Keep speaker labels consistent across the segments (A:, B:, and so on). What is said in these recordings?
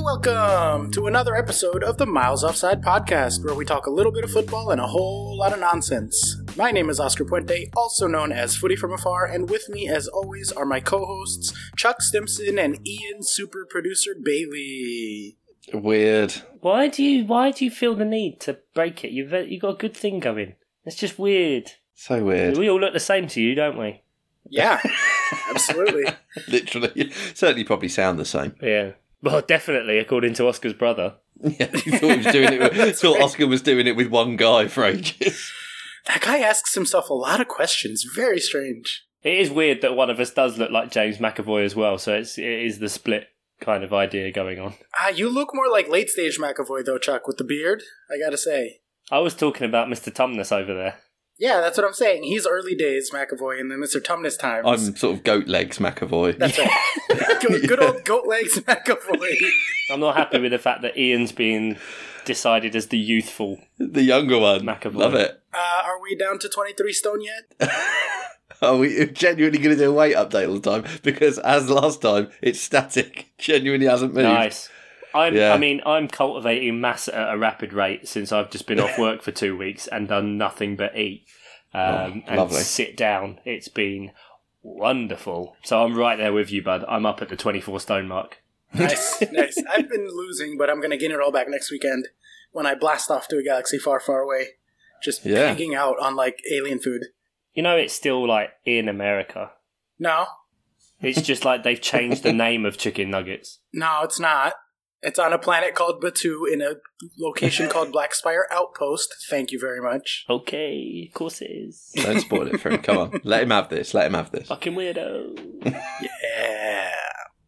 A: welcome to another episode of the Miles Offside podcast, where we talk a little bit of football and a whole lot of nonsense. My name is Oscar Puente, also known as Footy from Afar, and with me, as always, are my co hosts, Chuck Stimson and Ian Super Producer Bailey.
B: Weird.
C: Why do you why do you feel the need to break it? You've you got a good thing going. It's just weird.
B: So weird.
C: We all look the same to you, don't we?
A: Yeah, absolutely.
B: Literally. Certainly probably sound the same.
C: Yeah. Well, definitely, according to Oscar's brother.
B: Yeah, he thought he was doing it with, thought Oscar was doing it with one guy for ages.
A: That guy asks himself a lot of questions. Very strange.
C: It is weird that one of us does look like James McAvoy as well. So it's it is the split kind of idea going on.
A: Ah, you look more like late stage McAvoy, though, Chuck, with the beard, I gotta say.
C: I was talking about Mr. Tumnus over there.
A: Yeah, that's what I'm saying. He's early days McAvoy and then Mr. Tumnus times.
B: I'm sort of goat legs McAvoy.
A: That's right. good, good old goat legs McAvoy.
C: I'm not happy with the fact that Ian's being decided as the youthful.
B: The younger one.
C: McAvoy.
B: Love it.
A: Uh, are we down to 23 stone yet?
B: Are we genuinely going to do a weight update all the time? Because as last time, it's static. Genuinely hasn't moved.
C: Nice. I'm,
B: Yeah.
C: I mean, I'm cultivating mass at a rapid rate since I've just been off work for two weeks and done nothing but eat um,
B: Oh,
C: and
B: lovely.
C: sit down. It's been wonderful. So I'm right there with you, bud. I'm up at the 24 stone mark.
A: Nice, nice. I've been losing, but I'm going to gain it all back next weekend when I blast off to a galaxy far, far away. Just
B: Yeah.
A: pigging out on like alien food.
C: You know, it's still like in America.
A: No,
C: It's just like they've changed the name of chicken nuggets.
A: no, it's not. It's on a planet called Batu in a location called Black Spire Outpost. Thank you very much.
C: Okay, of course it is.
B: Don't spoil it for him. Come on. Let him have this. Let him have this.
C: Fucking weirdo.
A: Yeah.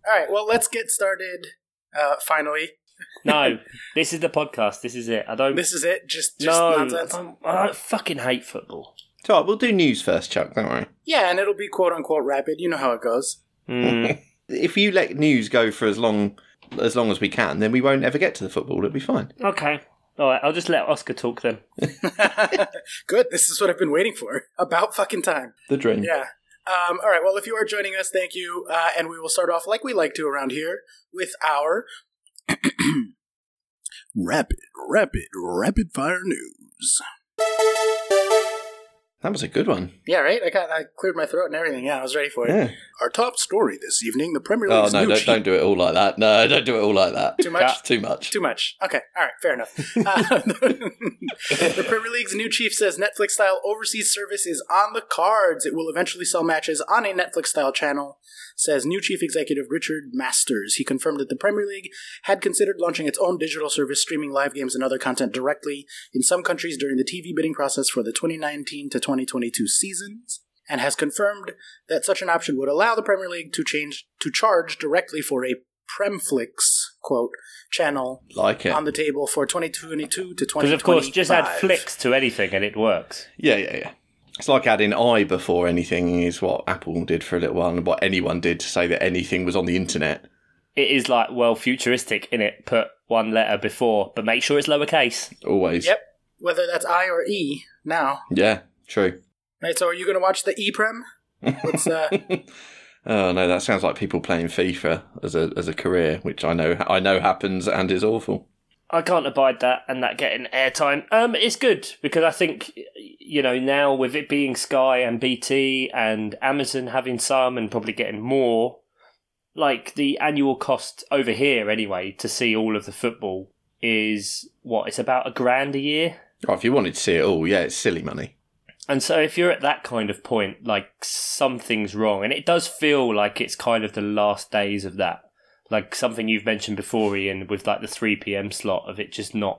A: All right, well, let's get started. Uh, finally,
C: No, this is the podcast. This is it. I don't.
A: this is it. Just, just
C: no,
A: nonsense.
C: I'm- I fucking hate football.
B: So right, we'll do news first, Chuck. Don't worry.
A: Yeah, and it'll be quote unquote rapid. You know how it goes.
C: Mm,
B: If you let news go for as long as long as we can, then we won't ever get to the football. It'll be fine.
C: okay. All right, I'll just let Oscar talk then.
A: Good. This is what I've been waiting for. About fucking time.
B: The dream.
A: Yeah. Um, all right. Well, if you are joining us, thank you. Uh, and we will start off like we like to around here with our rapid, rapid, rapid fire news.
B: That was a good one.
A: Yeah, right. I got I cleared my throat and everything. Yeah, I was ready for it.
B: Yeah.
A: Our top story this evening: the Premier
B: Oh
A: League's
B: no!
A: new
B: Don't,
A: chief-
B: don't do it all like that. No, don't do it all like that.
A: Too much?
B: It's too much.
A: Too much. Okay. All right. Fair enough. Uh, the Premier League's new chief says Netflix style overseas service is on the cards. It will eventually sell matches on a Netflix style channel, says new chief executive Richard Masters. He confirmed that the Premier League had considered launching its own digital service streaming live games and other content directly in some countries during the TV bidding process for the 2019 to 2022 seasons. And has confirmed that such an option would allow the Premier League to change to charge directly for a Premflix quote channel
B: Like it.
A: on the table for 2022 to 2025.
C: Because, of course, just add flicks to anything and it works.
B: yeah, yeah, yeah. It's like adding "i" before anything is what Apple did for a little while, and what anyone did to say that anything was on the internet.
C: It is like, well, futuristic in it. Put one letter before, but make sure it's lowercase.
B: Always.
A: Yep. Whether that's I or E now.
B: Yeah. True.
A: Right, so are you going to watch the E Prem? What's, uh,
B: Oh no, that sounds like people playing FIFA as a as a career, which I know I know happens and is awful.
C: I can't abide that and that getting airtime. Um, it's good because I think you know now with it being Sky and BT and Amazon having some and probably getting more, like the annual cost over here anyway to see all of the football is what it's about a grand a year.
B: Oh, if you wanted to see it all, yeah, it's silly money.
C: And so if you're at that kind of point, like something's wrong, and it does feel like it's kind of the last days of that, like something you've mentioned before, Ian, with like the three p.m. slot of it just not,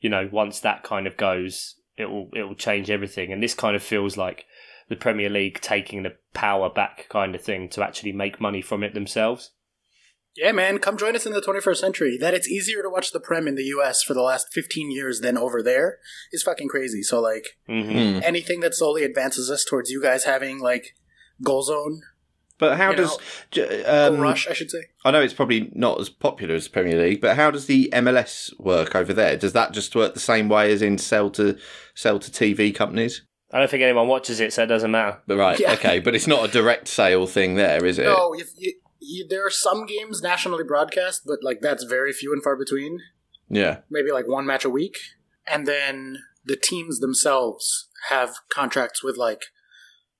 C: you know, once that kind of goes, it will it will change everything, and this kind of feels like the Premier League taking the power back kind of thing to actually make money from it themselves.
A: yeah, man, come join us in the 21st century. That it's easier to watch the Prem in the US for the last 15 years than over there is fucking crazy. So, like,
C: Mm-hmm.
B: Mm.
A: anything that slowly advances us towards you guys having, like, goal zone,
B: But how
A: You
B: does
A: know,
B: j-
A: goal
B: um,
A: rush, I should say.
B: I know it's probably not as popular as the Premier League, but how does the MLS work over there? Does that just work the same way as in sell to sell to TV companies?
C: I don't think anyone watches it, so it doesn't matter.
B: But right,
A: Yeah.
B: okay, but it's not a direct sale thing there, is it?
A: No, you, you, you- there are some games nationally broadcast, but like that's very few and far between.
B: Yeah.
A: Maybe like one match a week, and then the teams themselves have contracts with like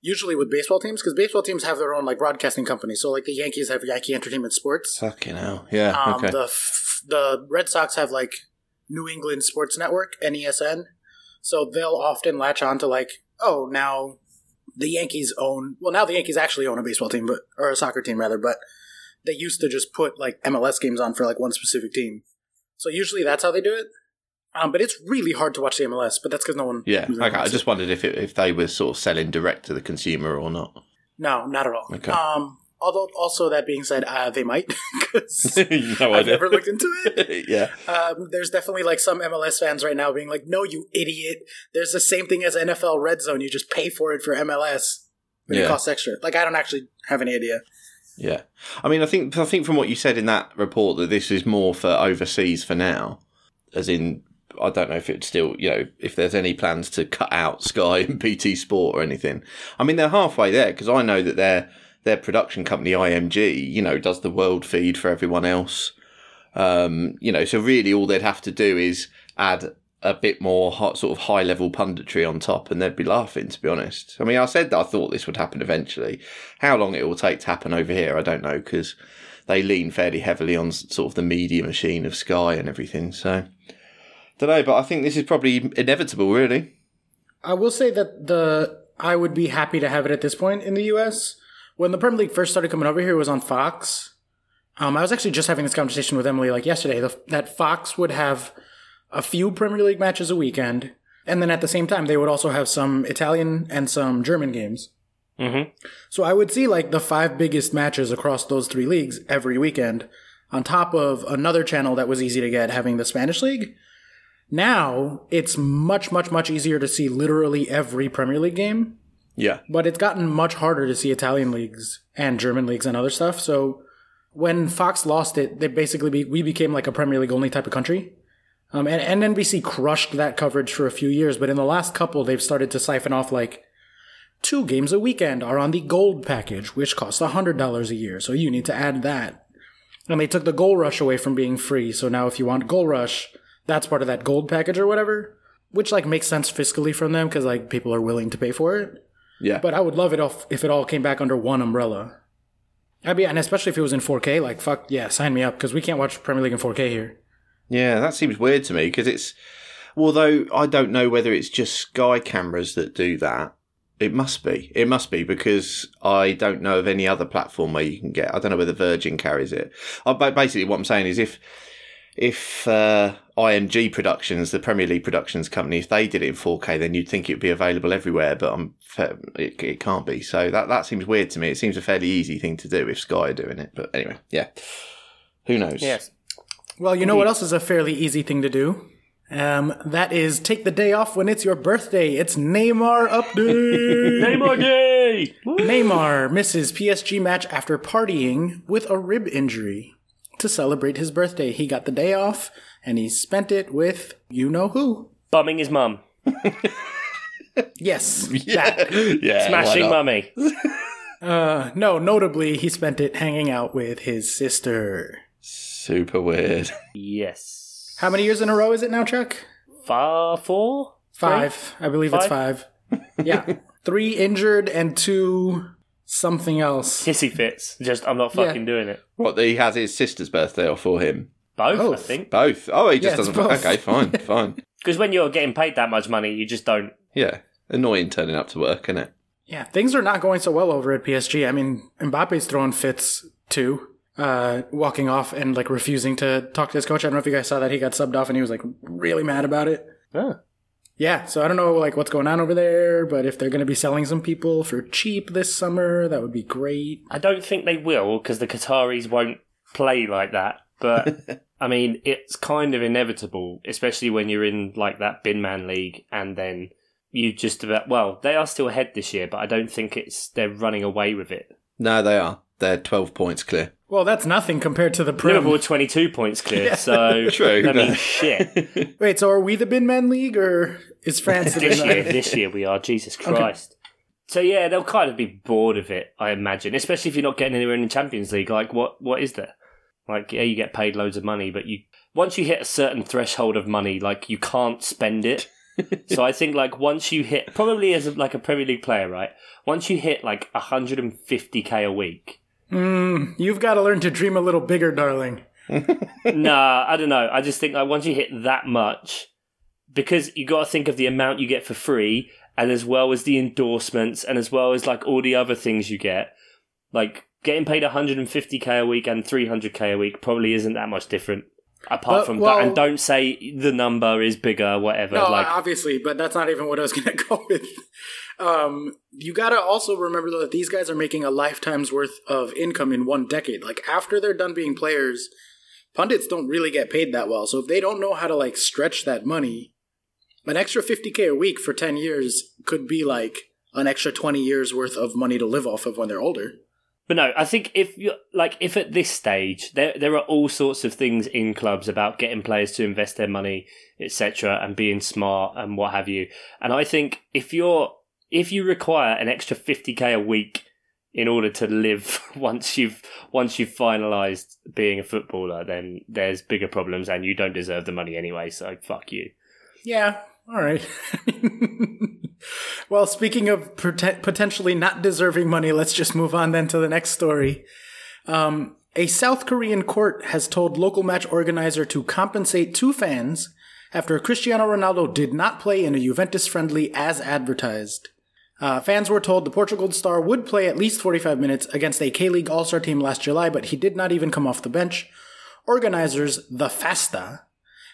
A: usually with baseball teams because baseball teams have their own like broadcasting company. So like the Yankees have Yankee Entertainment Sports.
B: Fucking hell. Yeah.
A: Um,
B: okay.
A: The f- the Red Sox have like New England Sports Network (NESN), so they'll often latch on to like, oh, now the Yankees own. Well, now the Yankees actually own a baseball team, but or a soccer team rather. But they used to just put like MLS games on for like one specific team. So usually that's how they do it. Um, but it's really hard to watch the MLS, but that's because no one.
B: yeah.
A: really
B: Okay. I
A: wants
B: just wondered if it, if they were sort of selling direct to the consumer or not.
A: it. no, not at all.
B: Okay.
A: Um, although, also that being said, uh, they might because
B: no
A: I've never looked into it.
B: yeah.
A: Um, there's definitely like some MLS fans right now being like, "No, you idiot! There's the same thing as NFL Red Zone. You just pay for it for MLS, but
B: Yeah.
A: it costs extra." Like, I don't actually have any idea.
B: Yeah, I mean, I think I think from what you said in that report that this is more for overseas for now, as in I don't know if it's still you know if there's any plans to cut out Sky and BT Sport or anything. I mean, they're halfway there because I know that their their production company IMG, you know, does the world feed for everyone else. Um, you know, so really all they'd have to do is add a bit more hot, sort of high level punditry on top, and they'd be laughing. To be honest, I mean, I said that I thought this would happen eventually. How long it will take to happen over here, I don't know, because they lean fairly heavily on s- sort of the media machine of Sky and everything. So, don't know, but I think this is probably inevitable, really.
A: I will say that the I would be happy to have it at this point in the U.S. When the Premier League first started coming over here, it was on Fox. Um, I was actually just having this conversation with Emily like yesterday. The, that Fox would have a few Premier League matches a weekend, and then at the same time, they would also have some Italian and some German games.
C: Mm-hmm.
A: So I would see like the five biggest matches across those three leagues every weekend, on top of another channel that was easy to get having the Spanish league. Now it's much, much, much easier to see literally every Premier League game,
B: Yeah,
A: but it's gotten much harder to see Italian leagues and German leagues and other stuff. So when Fox lost it, they basically be, we became like a Premier League only type of country. Um, and, and NBC crushed that coverage for a few years, but in the last couple, they've started to siphon off like two games a weekend are on the gold package, which costs $100 a year. So you need to add that. And they took the gold rush away from being free. So now if you want gold rush, that's part of that gold package or whatever, which like makes sense fiscally from them because like people are willing to pay for it.
B: yeah,
A: But I would love it if, if it all came back under one umbrella. I'd be, and especially if it was in 4K, like fuck yeah, sign me up because we can't watch Premier League in 4K here.
B: yeah. That seems weird to me because it's although I don't know whether it's just Sky cameras that do that. It must be. It must be because I don't know of any other platform where you can get. I don't know whether Virgin carries it. Uh, ba- basically, what I'm saying is if if uh, IMG Productions, the Premier League Productions company, if they did it in 4K, then you'd think it would be available everywhere, but I'm, fa- it, it can't be. So that, that seems weird to me. It seems a fairly easy thing to do if Sky are doing it. But anyway, yeah. Who knows?
C: Yes.
A: Well, you know what else is a fairly easy thing to do? Um, that is take the day off when it's your birthday. It's Neymar update.
C: Neymar Day!
A: Neymar misses PSG match after partying with a rib injury. To celebrate his birthday, he got the day off and he spent it with you know who.
C: Bumming his mum.
A: Yes.
B: Yeah. yeah why
C: Smashing
B: not?
C: mummy.
A: Uh, no, notably, he spent it hanging out with his sister.
B: Super weird.
C: Yes.
A: How many years in a row is it now, Chuck?
C: Far four?
A: Five. I believe it's five. Yeah. Three injured and two something else.
C: Tissy fits. Just, I'm not
A: Yeah.
C: fucking doing it.
B: What, he has his sister's birthday off for him?
C: Both, I
A: Both.
C: think.
B: Both. Oh, he just
A: Yeah, it's
B: doesn't.
A: both.
B: Okay, fine, fine.
C: Because when you're getting paid that much money, you just don't.
B: Yeah. Annoying turning up to work, isn't it?
A: Yeah, things are not going so well over at PSG. I mean, Mbappe's throwing fits too, uh, walking off and like refusing to talk to his coach. I don't know if you guys saw that he got subbed off and he was like really mad about it.
C: Oh.
A: Yeah, so I don't know like what's going on over there, but if they're going to be selling some people for cheap this summer, that would be great.
C: I don't think they will because the Qataris won't play like that. But I mean, it's kind of inevitable, especially when you're in like that bin man league, and then you just about well, they are still ahead this year, but I don't think it's they're running away with it.
B: No, they are. They're 12 points clear.
A: Well, that's nothing compared to the
C: Liverpool
A: Prem.
C: 22 points clear, so
B: True,
C: that
B: no.
C: means shit.
A: Wait, so are we the bin man league or is France the bin
C: This
A: man?
C: year, this year we are Jesus Christ. So yeah, they'll kind of be bored of it, I imagine. Especially if you're not getting anywhere in the Champions League. Like, what what is there? Like, yeah, you get paid loads of money, but you once you hit a certain threshold of money, like you can't spend it. so I think like once you hit, probably as a, like a Premier League player, right? Once you hit like 150k a week,
A: Mm, you've got to learn to dream a little bigger, darling.
C: nah, I don't know. I just think like once you hit that much, because you got to think of the amount you get for free, and as well as the endorsements, and as well as like all the other things you get, like getting paid 150k a week and 300k a week probably isn't that much different. Apart
A: But-
C: from
A: well-
C: that, and don't say the number is bigger, whatever.
A: No,
C: like,
A: obviously, but that's not even what I was going to go with. Um, you got to also remember though that these guys are making a lifetime's worth of income in one decade. Like after they're done being players, pundits don't really get paid that well. So if they don't know how to like stretch that money, an extra 50k a week for 10 years could be like an extra 20 years worth of money to live off of when they're older.
C: But no, I think if you like, if at this stage there there are all sorts of things in clubs about getting players to invest their money, etc., and being smart and what have you. And I think if you're if you require an extra fifty k a week in order to live once you've once you've finalised being a footballer, then there's bigger problems, and you don't deserve the money anyway. So fuck you.
A: Yeah, all right. well, speaking of poten- potentially not deserving money, let's just move on then to the next story. Um, a South Korean court has told local match organizer to compensate two fans after Cristiano Ronaldo did not play in a Juventus friendly as advertised. Uh, fans were told the Portugal star would play at least 45 minutes against a K League All Star team last July, but he did not even come off the bench. Organizers, the Fasta,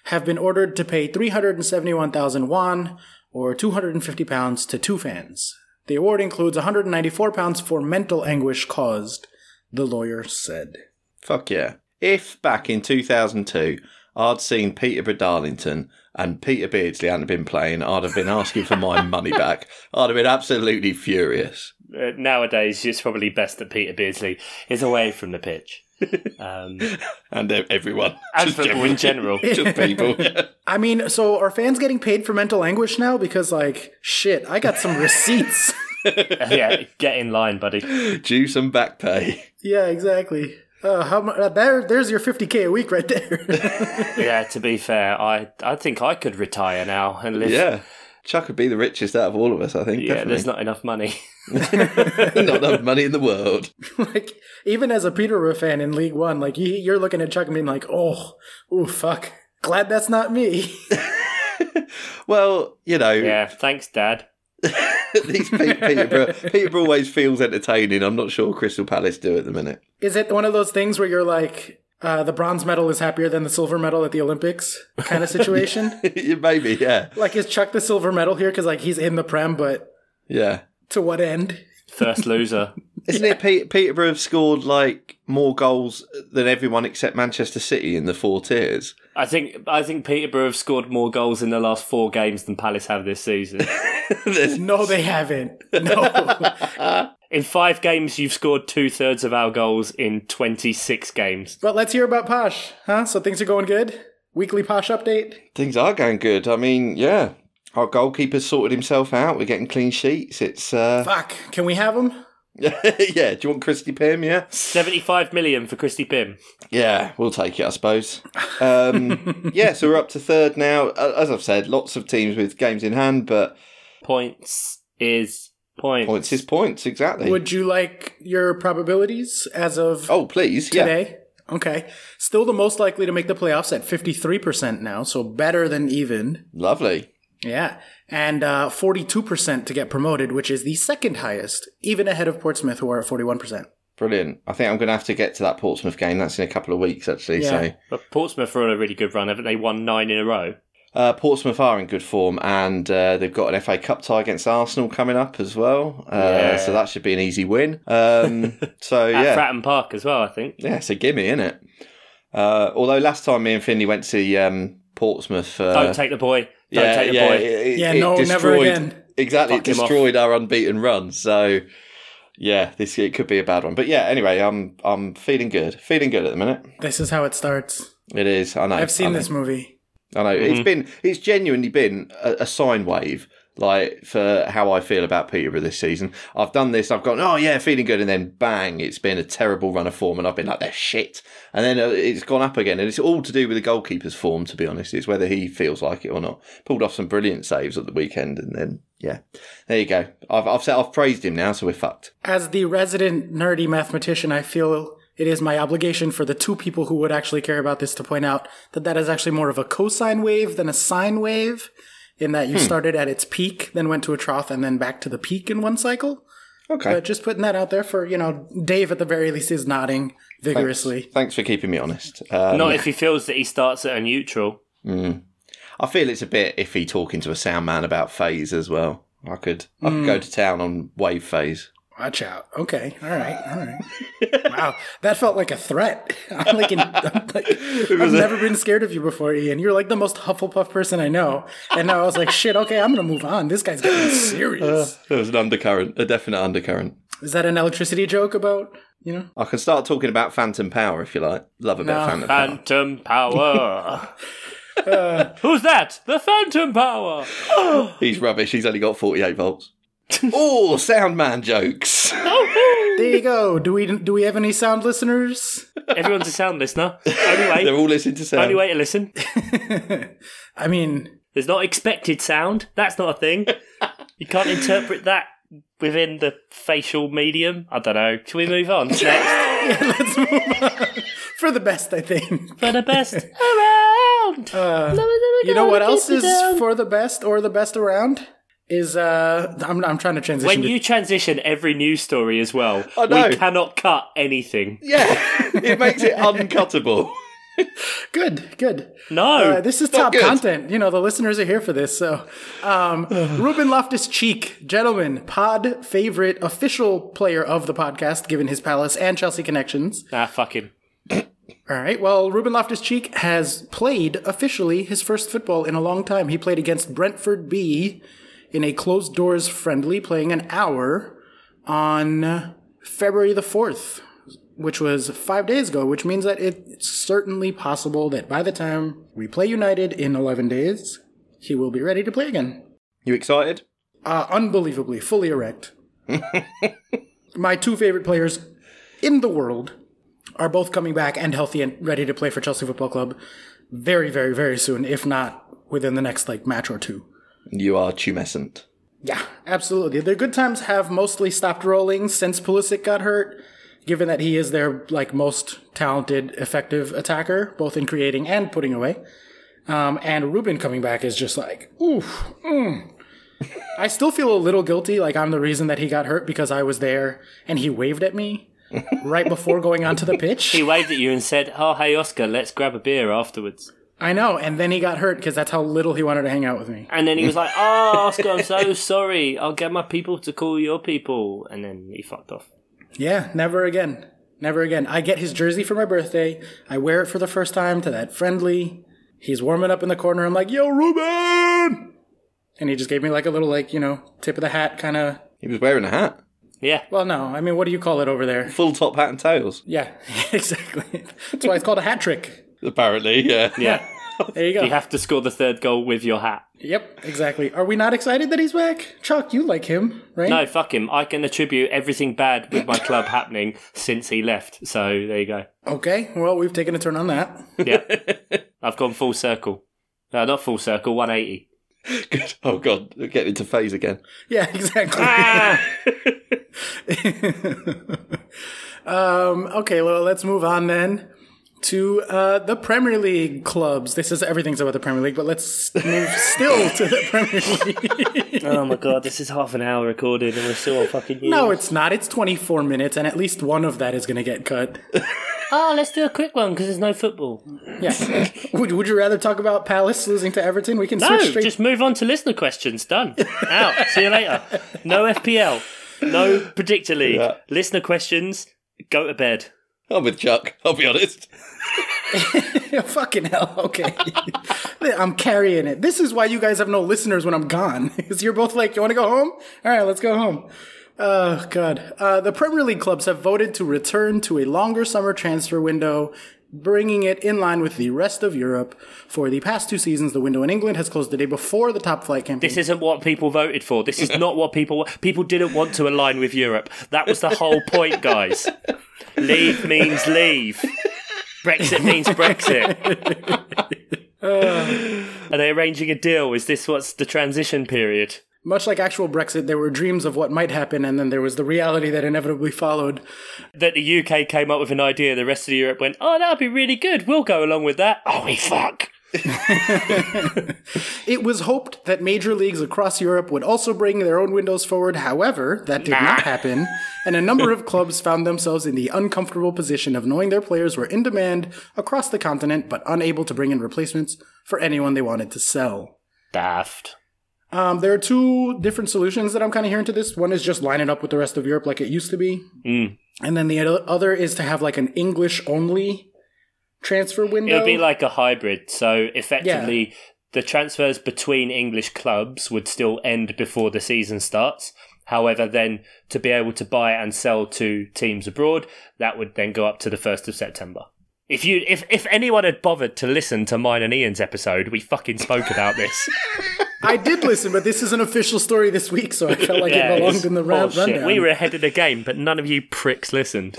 A: have been ordered to pay 371,000 won or 250 pounds to two fans. The award includes 194 pounds for mental anguish caused, the lawyer said.
B: Fuck yeah. If back in 2002 I'd seen Peterborough Darlington and Peter Beardsley hadn't been playing, I'd have been asking for my money back. I'd have been absolutely furious.
C: Uh, nowadays, it's probably best that Peter Beardsley is away from the pitch. Um,
B: And e- everyone.
C: And
B: Just
C: football in general.
B: Just people.
A: I mean, so are fans getting paid for mental anguish now? Because, like, shit, I got some receipts.
C: yeah, get in line, buddy.
B: Due some back pay.
A: yeah, exactly. Uh, how mu- uh, there, there's your 50k a week right there.
C: Yeah, to be fair, I I think I could retire now and live.
B: Yeah. Chuck would be the richest out of all of us, I think.
C: Yeah, there's
B: definitely.
C: not enough money.
B: not enough money in the world.
A: like, even as a Peterborough fan in League One, like, you, you're looking at Chuck and being like, oh, ooh, fuck. Glad that's not me.
B: Well, you know,
C: Yeah, thanks, Dad.
B: these Pe- Peterborough, Peterborough always feels entertaining. I'm not sure Crystal Palace do at the minute.
A: Is it one of those things where you're like, uh, the bronze medal is happier than the silver medal at the Olympics kind of situation?
B: Maybe, yeah,
A: like, is Chuck the silver medal here? Because, like, he's in the Prem, but
B: yeah.
A: to what end?
C: First loser.
B: Isn't it Pe- Peterborough have scored like more goals than everyone except Manchester City in the four tiers?
C: I think I think Peterborough have scored more goals in the last four games than Palace have this season.
B: There's-
A: No, they haven't. No.
C: In five games, you've scored two thirds of our goals in twenty six games.
A: but let's hear about Posh, huh? So things are going good? Weekly Posh update?
B: Things are going good. I mean, yeah, our goalkeeper's sorted himself out. We're getting clean sheets. It's uh,
A: Fuck. Can we have him?
B: yeah. Do you want Christy Pym? Yeah,
C: Seventy five million for Christy Pym.
B: yeah. We'll take it, I suppose. Um, yeah, so we're up to third now. A- As I've said, lots of teams with games in hand, but
C: Points is points.
B: points is points. Exactly.
A: Would you like your probabilities as of
B: oh, please, yeah.
A: today? Okay. Still the most likely to make the playoffs at 53% now, so better than even.
B: Lovely.
A: Yeah, and uh, 42% to get promoted, which is the second highest, even ahead of Portsmouth, who are at 41%.
B: Brilliant. I think I'm going to have to get to that Portsmouth game. That's in a couple of weeks, actually.
A: Yeah.
B: So
C: But Portsmouth are on a really good run, haven't they? Won nine in a row.
B: uh, Portsmouth are in good form, and uh, they've got an FA Cup tie against Arsenal coming up as well. Uh,
C: Yeah.
B: So that should be an easy win. Um, so
C: At
B: yeah,
C: Fratton Park as well, I think.
B: yeah, it's a gimme, isn't it? Uh, although last time me and Finley went to see, um, Portsmouth. Uh,
A: Oh,
C: Don't take the boy. Don't
B: yeah,
C: take the
B: yeah,
C: boy.
B: it- it-
A: Yeah,
B: it
A: no, never
B: destroyed-
A: again.
B: Exactly,
C: Fuck
B: it
C: him off.
B: destroyed our unbeaten run. So yeah, this it could be a bad one. But yeah, anyway, I'm I'm feeling good, feeling good at the minute.
A: This is how it starts.
B: It is. I know.
A: I've
B: I
A: seen
B: know.
A: this movie.
B: I know it's been it's genuinely been a, a sine wave like for how I feel about Peterborough this season. I've done this, I've gone, oh yeah, feeling good, and then bang, it's been a terrible run of form, and I've been like, they're shit. And then uh, it's gone up again, and it's all to do with the goalkeeper's form, to be honest. It's whether he feels like it or not. Pulled off some brilliant saves at the weekend, and then yeah, there you go. I've I've said I've praised him now, so we're fucked.
A: As the resident nerdy mathematician, I feel it is my obligation for the two people who would actually care about this to point out that that is actually more of a cosine wave than a sine wave, in that you
B: Hmm.
A: started at its peak, then went to a trough, and then back to the peak in one cycle.
B: Okay,
A: But just putting that out there for you know, Dave at the very least is nodding vigorously.
B: thanks for keeping me honest. Um,
C: Not if he feels that he starts at a neutral.
B: I feel it's a bit iffy talking to a sound man about phase as well. I could I could go to town on wave phase.
A: Watch out. Okay. All right.
C: Uh.
A: All right. wow. That felt like a threat. I'm like, in, I'm like I've never been scared of you before, Ian. You're like the most Hufflepuff person I know. And now I was like, shit, okay, I'm going to move on. This guy's getting serious.
C: Uh.
B: There was an undercurrent, a definite undercurrent.
A: Is that an electricity joke about, you know?
B: I can start talking about Phantom Power if you like. Love a bit of
A: No.
B: Phantom Power.
C: Phantom power. Who's that? The Phantom power.
B: He's rubbish. He's only got 48 volts. oh, sound man jokes.
A: There you go. Do we do we have any sound listeners?
C: Everyone's a sound listener. Only
B: They're
C: way,
B: all listening to sound.
C: only way to listen.
A: I mean,
C: There's not expected sound. That's not a thing. You can't interpret that within the facial medium. I don't know. Can we move on to next?
A: let's move on. For the best, I think.
C: For the best around.
A: You know what else is for the best or the best around? Is uh I'm I'm trying to transition
C: When
A: to
C: you transition every news story as well,
B: I know.
C: we cannot cut anything.
B: Yeah, it makes it uncuttable.
A: Good, good.
C: No.
A: Uh, this is
B: not
A: top
B: good.
A: content. You know, the listeners are here for this. So, um,
B: Uh-huh.
A: Ruben Loftus Cheek, gentlemen, pod favorite official player of the podcast, given his Palace and Chelsea connections.
C: nah, fucking.
A: All right. Well, Ruben Loftus Cheek has played officially his first football in a long time. He played against Brentford B in a closed doors friendly, playing an hour on February the 4th, which was five days ago, which means that it's certainly possible that by the time we play United in 11 days, he will be ready to play again.
B: You excited?
A: Uh, unbelievably, fully erect. My two favorite players in the world are both coming back and healthy and ready to play for Chelsea Football Club very, very, very soon, if not within the next like match or two.
B: You are tumescent.
A: Yeah, absolutely. Their good times have mostly stopped rolling since Pulisic got hurt, given that he is their like most talented, effective attacker, both in creating and putting away. Um, and Ruben coming back is just like, oof. mm. I still feel a little guilty, like I'm the reason that he got hurt because I was there and he waved at me right before going onto the pitch.
C: He waved at you and said, Oh, hey, Oscar, let's grab a beer afterwards.
A: I know, and then he got hurt because that's how little he wanted to hang out with me.
C: And then he was like, Oh, Oscar, I'm so sorry. I'll get my people to call your people. And then he fucked off.
A: Yeah, never again. Never again. I get his jersey for my birthday. I wear it for the first time to that friendly. He's warming up in the corner. I'm like, yo, Ruben! And he just gave me like a little, like, you know, tip of the hat kind of.
B: He was wearing a hat,
C: Yeah.
A: Well, no, I mean, what do you call it over there?
B: full top hat and tails.
A: Yeah, exactly. That's why it's called a hat trick.
B: Apparently, yeah.
C: Yeah.
A: There you go.
C: you have to score the third goal with your hat.
A: Yep, exactly. Are we not excited that he's back? Chuck, you like him, right?
C: No, fuck him. I can attribute everything bad with my club happening since he left. So there you go.
A: Okay, well, we've taken a turn on that.
C: Yeah. I've gone full circle. No, not full circle, 180.
B: Good. Oh god, getting into phase again.
A: Yeah, exactly. um, okay, well, let's move on then to uh, the Premier League clubs. This is everything's about the Premier League, but let's move still to the Premier League.
C: Oh my god, this is half an hour recorded and we're still on fucking you.
A: no, it's not. It's 24 minutes, and at least one of that is going to get cut.
C: Oh, let's do a quick one because there's no football.
A: Yeah. would, would you rather talk about Palace losing to Everton? We can switch straight.
C: just move on to listener questions. Done. Out. See you later. No FPL. No predictor league.
B: Yeah.
C: Listener questions. Go to bed.
B: I'm with Chuck. I'll be honest.
A: Fucking hell. Okay. I'm carrying it. This is why you guys have no listeners when I'm gone. Because you're both like, you want to go home? All right, let's go home. Oh, God. Uh, the Premier League clubs have voted to return to a longer summer transfer window bringing it in line with the rest of Europe. For the past two seasons, the window in England has closed the day before the top flight campaign.
C: This isn't what people voted for. This is not what people wa- people didn't want to align with Europe. That was the whole point, guys. Leave means leave. Brexit means Brexit. Are they arranging a deal? Is this what's the transition period?
A: Much like actual Brexit, there were dreams of what might happen, and then there was the reality that inevitably followed.
C: That the UK came up with an idea, the rest of Europe went, "Oh, that'd be really good. We'll go along with that." Oh, we fuck.
A: It was hoped that major leagues across Europe would also bring their own windows forward. However, that did not happen, and a number of clubs found themselves in the uncomfortable position of knowing their players were in demand across the continent but unable to bring in replacements for anyone they wanted to sell.
C: Daft.
A: Um, there are two different solutions that I'm kind of hearing to this. One is just line it up with the rest of Europe like it used to be,
C: Mm.
A: and then the o- other is to have like an English only transfer window.
C: It would be like a hybrid. So effectively, the transfers between English clubs would still end before the season starts. However, then to be able to buy and sell to teams abroad, that would then go up to the first of September. If you, if if anyone had bothered to listen to mine and Ian's episode, we fucking spoke about this.
A: I did listen, but this is an official story this week, so I felt like
C: Yeah,
A: it belonged
C: it's
A: in the round
C: bullshit.
A: rundown.
C: We were ahead of the game, but none of you pricks listened,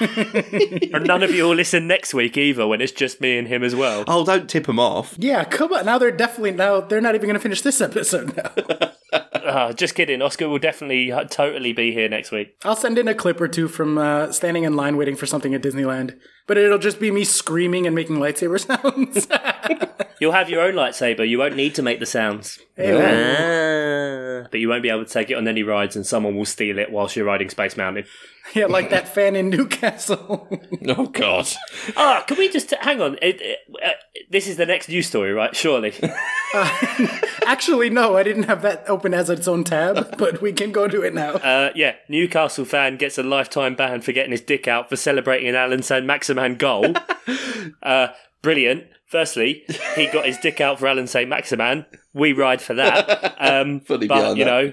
C: and none of you will listen next week either when it's just me and him as well.
B: Oh, don't tip them off.
A: Yeah, come on. Now they're definitely now they're not even going to finish this episode now.
C: Uh, just kidding. Oscar will definitely uh, totally be here next week.
A: I'll send in a clip or two from uh, standing in line waiting for something at Disneyland, but it'll just be me screaming and making lightsaber sounds.
C: You'll have your own lightsaber. You won't need to make the sounds.
A: Anyway,
C: Ah. But you won't be able to take it on any rides, and someone will steal it whilst you're riding Space Mountain.
A: yeah, like that fan in Newcastle.
B: Oh God.
C: Ah, can we just hang on? It, it, uh, this is the next news story, right? Surely.
A: Actually, no, I didn't have that open as its own tab, but we can go to it now.
C: Uh, yeah, Newcastle fan gets a lifetime ban for getting his dick out for celebrating an Alan San Maximan goal. uh, brilliant. Firstly, he got his dick out for Alan St. Maximan. We ride for that. Um,
B: Fully
C: but,
B: behind
C: you
B: that.
C: know,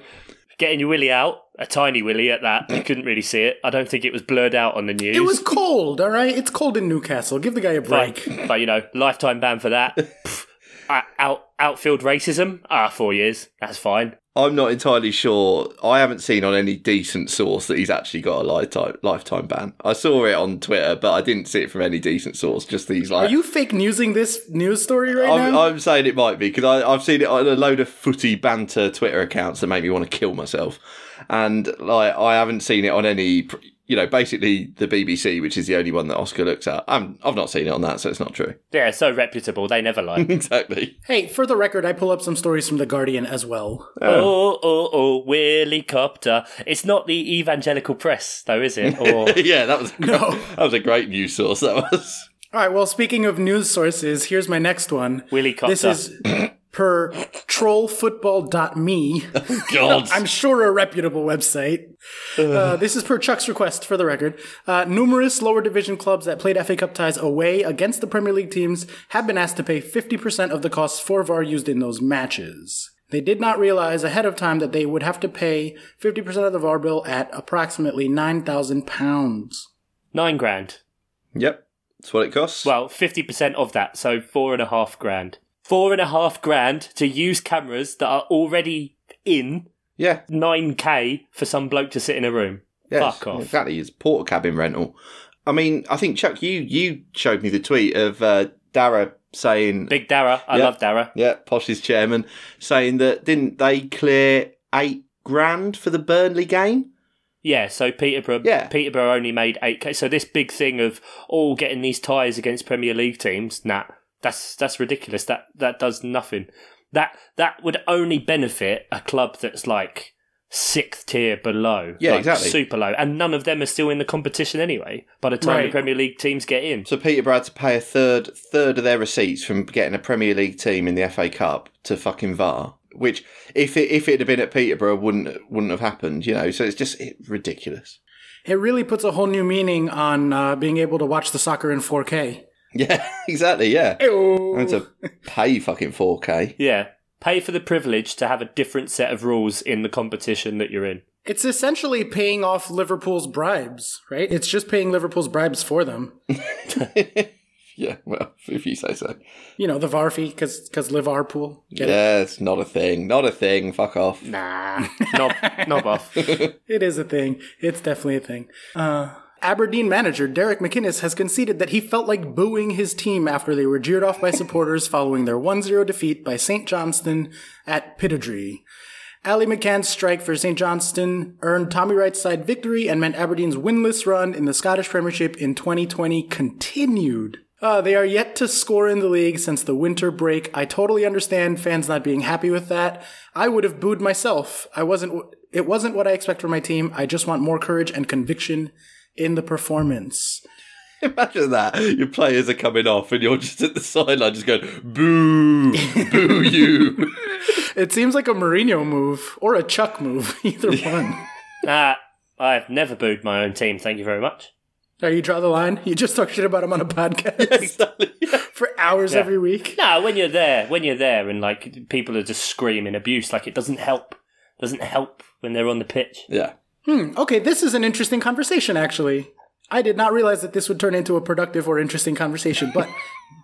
C: getting your willy out, a tiny willy at that, you couldn't really see it. I don't think it was blurred out on the news.
A: it was cold, all right? It's cold in Newcastle. Give the guy a break.
C: but, but, you know, lifetime ban for that. Pff, uh, out, outfield racism? Ah, four years. That's fine.
B: I'm not entirely sure. I haven't seen on any decent source that he's actually got a lifetime lifetime ban. I saw it on Twitter, but I didn't see it from any decent source. Just these
A: Are
B: like.
A: you fake newsing this news story right
B: I'm,
A: now?
B: I'm saying it might be because I've seen it on a load of footy banter Twitter accounts that make me want to kill myself, and like I haven't seen it on any, pr- you know, basically the BBC, which is the only one that Oscar looks at. I'm, I've not seen it on that, so it's not true.
C: Yeah, so reputable. They never lie.
B: exactly.
A: hey, for the record, I pull up some stories from The Guardian as well.
C: Oh, oh, oh, Willy Copter. It's not the evangelical press, though, is it? Or
B: yeah, that was
A: No.
B: that was a great news source. That was.
A: All right. Well, speaking of news sources, here's my next one.
C: Willy Copter.
A: This is per trollfootball.me.
B: God.
A: I'm sure a reputable website. Uh, this is per Chuck's request, for the record. Uh, numerous lower division clubs that played FA Cup ties away against the Premier League teams have been asked to pay 50% of the costs for VAR used in those matches. They did not realize ahead of time that they would have to pay 50% of the VAR bill at approximately £9,000.
C: nine grand.
B: yep, that's what it costs.
C: Well, 50% of that, so four and a half grand. Four and a half grand to use cameras that are already in
B: yeah,
C: 9K for some bloke to sit in a room.
B: yes,
C: Fuck off.
B: Exactly, it's porter cabin rental. I mean, I think Chuck, you you showed me the tweet of uh, Dara saying
C: Big Dara. I
B: Yeah.
C: love Dara.
B: Yeah, Posh's chairman saying that didn't they clear eight grand for the Burnley game?
C: Yeah, so Peterborough
B: Yeah.
C: Peterborough only made 8K. So this big thing of all getting these ties against Premier League teams, nah, that's that's ridiculous. That that does nothing. That that would only benefit a club that's like sixth tier below.
B: Yeah,
C: like
B: exactly.
C: Super low. And none of them are still in the competition anyway by the time
A: Right.
C: the Premier League teams get in.
B: So Peterborough had to pay a third third of their receipts from getting a Premier League team in the FA Cup to fucking VAR, which if it if it had been at Peterborough wouldn't wouldn't have happened, you know. So it's just it, ridiculous.
A: It really puts a whole new meaning on uh, being able to watch the soccer in 4K.
B: Yeah, exactly. Yeah,
A: Oh,
B: and to pay fucking four k.
C: Yeah. Pay for the privilege to have a different set of rules in the competition that you're in.
A: It's essentially paying off Liverpool's bribes, right? It's just paying Liverpool's bribes for them.
B: yeah, well, if you say so.
A: You know, the VAR fee, because Liverpool. Get it?
B: yeah, it's not a thing. Not a thing. Fuck off.
A: Nah.
C: knob, knob off.
A: It is a thing. It's definitely a thing. Uh, Aberdeen manager Derek McInnes has conceded that he felt like booing his team after they were jeered off by supporters following their 1 0 defeat by St. Johnston at Pittodrie. Ali McCann's strike for St. Johnston earned Tommy Wright's side victory and meant Aberdeen's winless run in the Scottish Premiership in 2020 continued. Uh, they are yet to score in the league since the winter break. I totally understand fans not being happy with that. I would have booed myself. I wasn't. It wasn't what I expect from my team. I just want more courage and conviction in the performance.
B: Imagine that. Your players are coming off and you're just at the sideline just going, boo, boo you.
A: It seems like a Mourinho move or a Chuck move, either one.
C: Ah, I've never booed my own team. Thank you very much.
A: Now you draw the line. You just talk shit about him on a podcast
B: exactly.
A: for hours
C: Yeah.
A: every week.
C: No, when you're there, when you're there, and like people are just screaming abuse, like it doesn't help. Doesn't help when they're on the pitch.
B: Yeah.
A: Okay, this is an interesting conversation, actually. I did not realize that this would turn into a productive or interesting conversation, but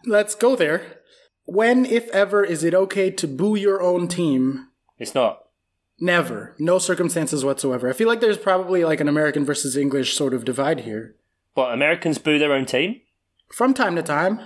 A: let's go there. When, if ever, is it okay to boo your own team?
C: It's not.
A: Never. No circumstances whatsoever. I feel like there's probably like an American versus English sort of divide here.
C: What Americans boo their own team?
A: From time to time,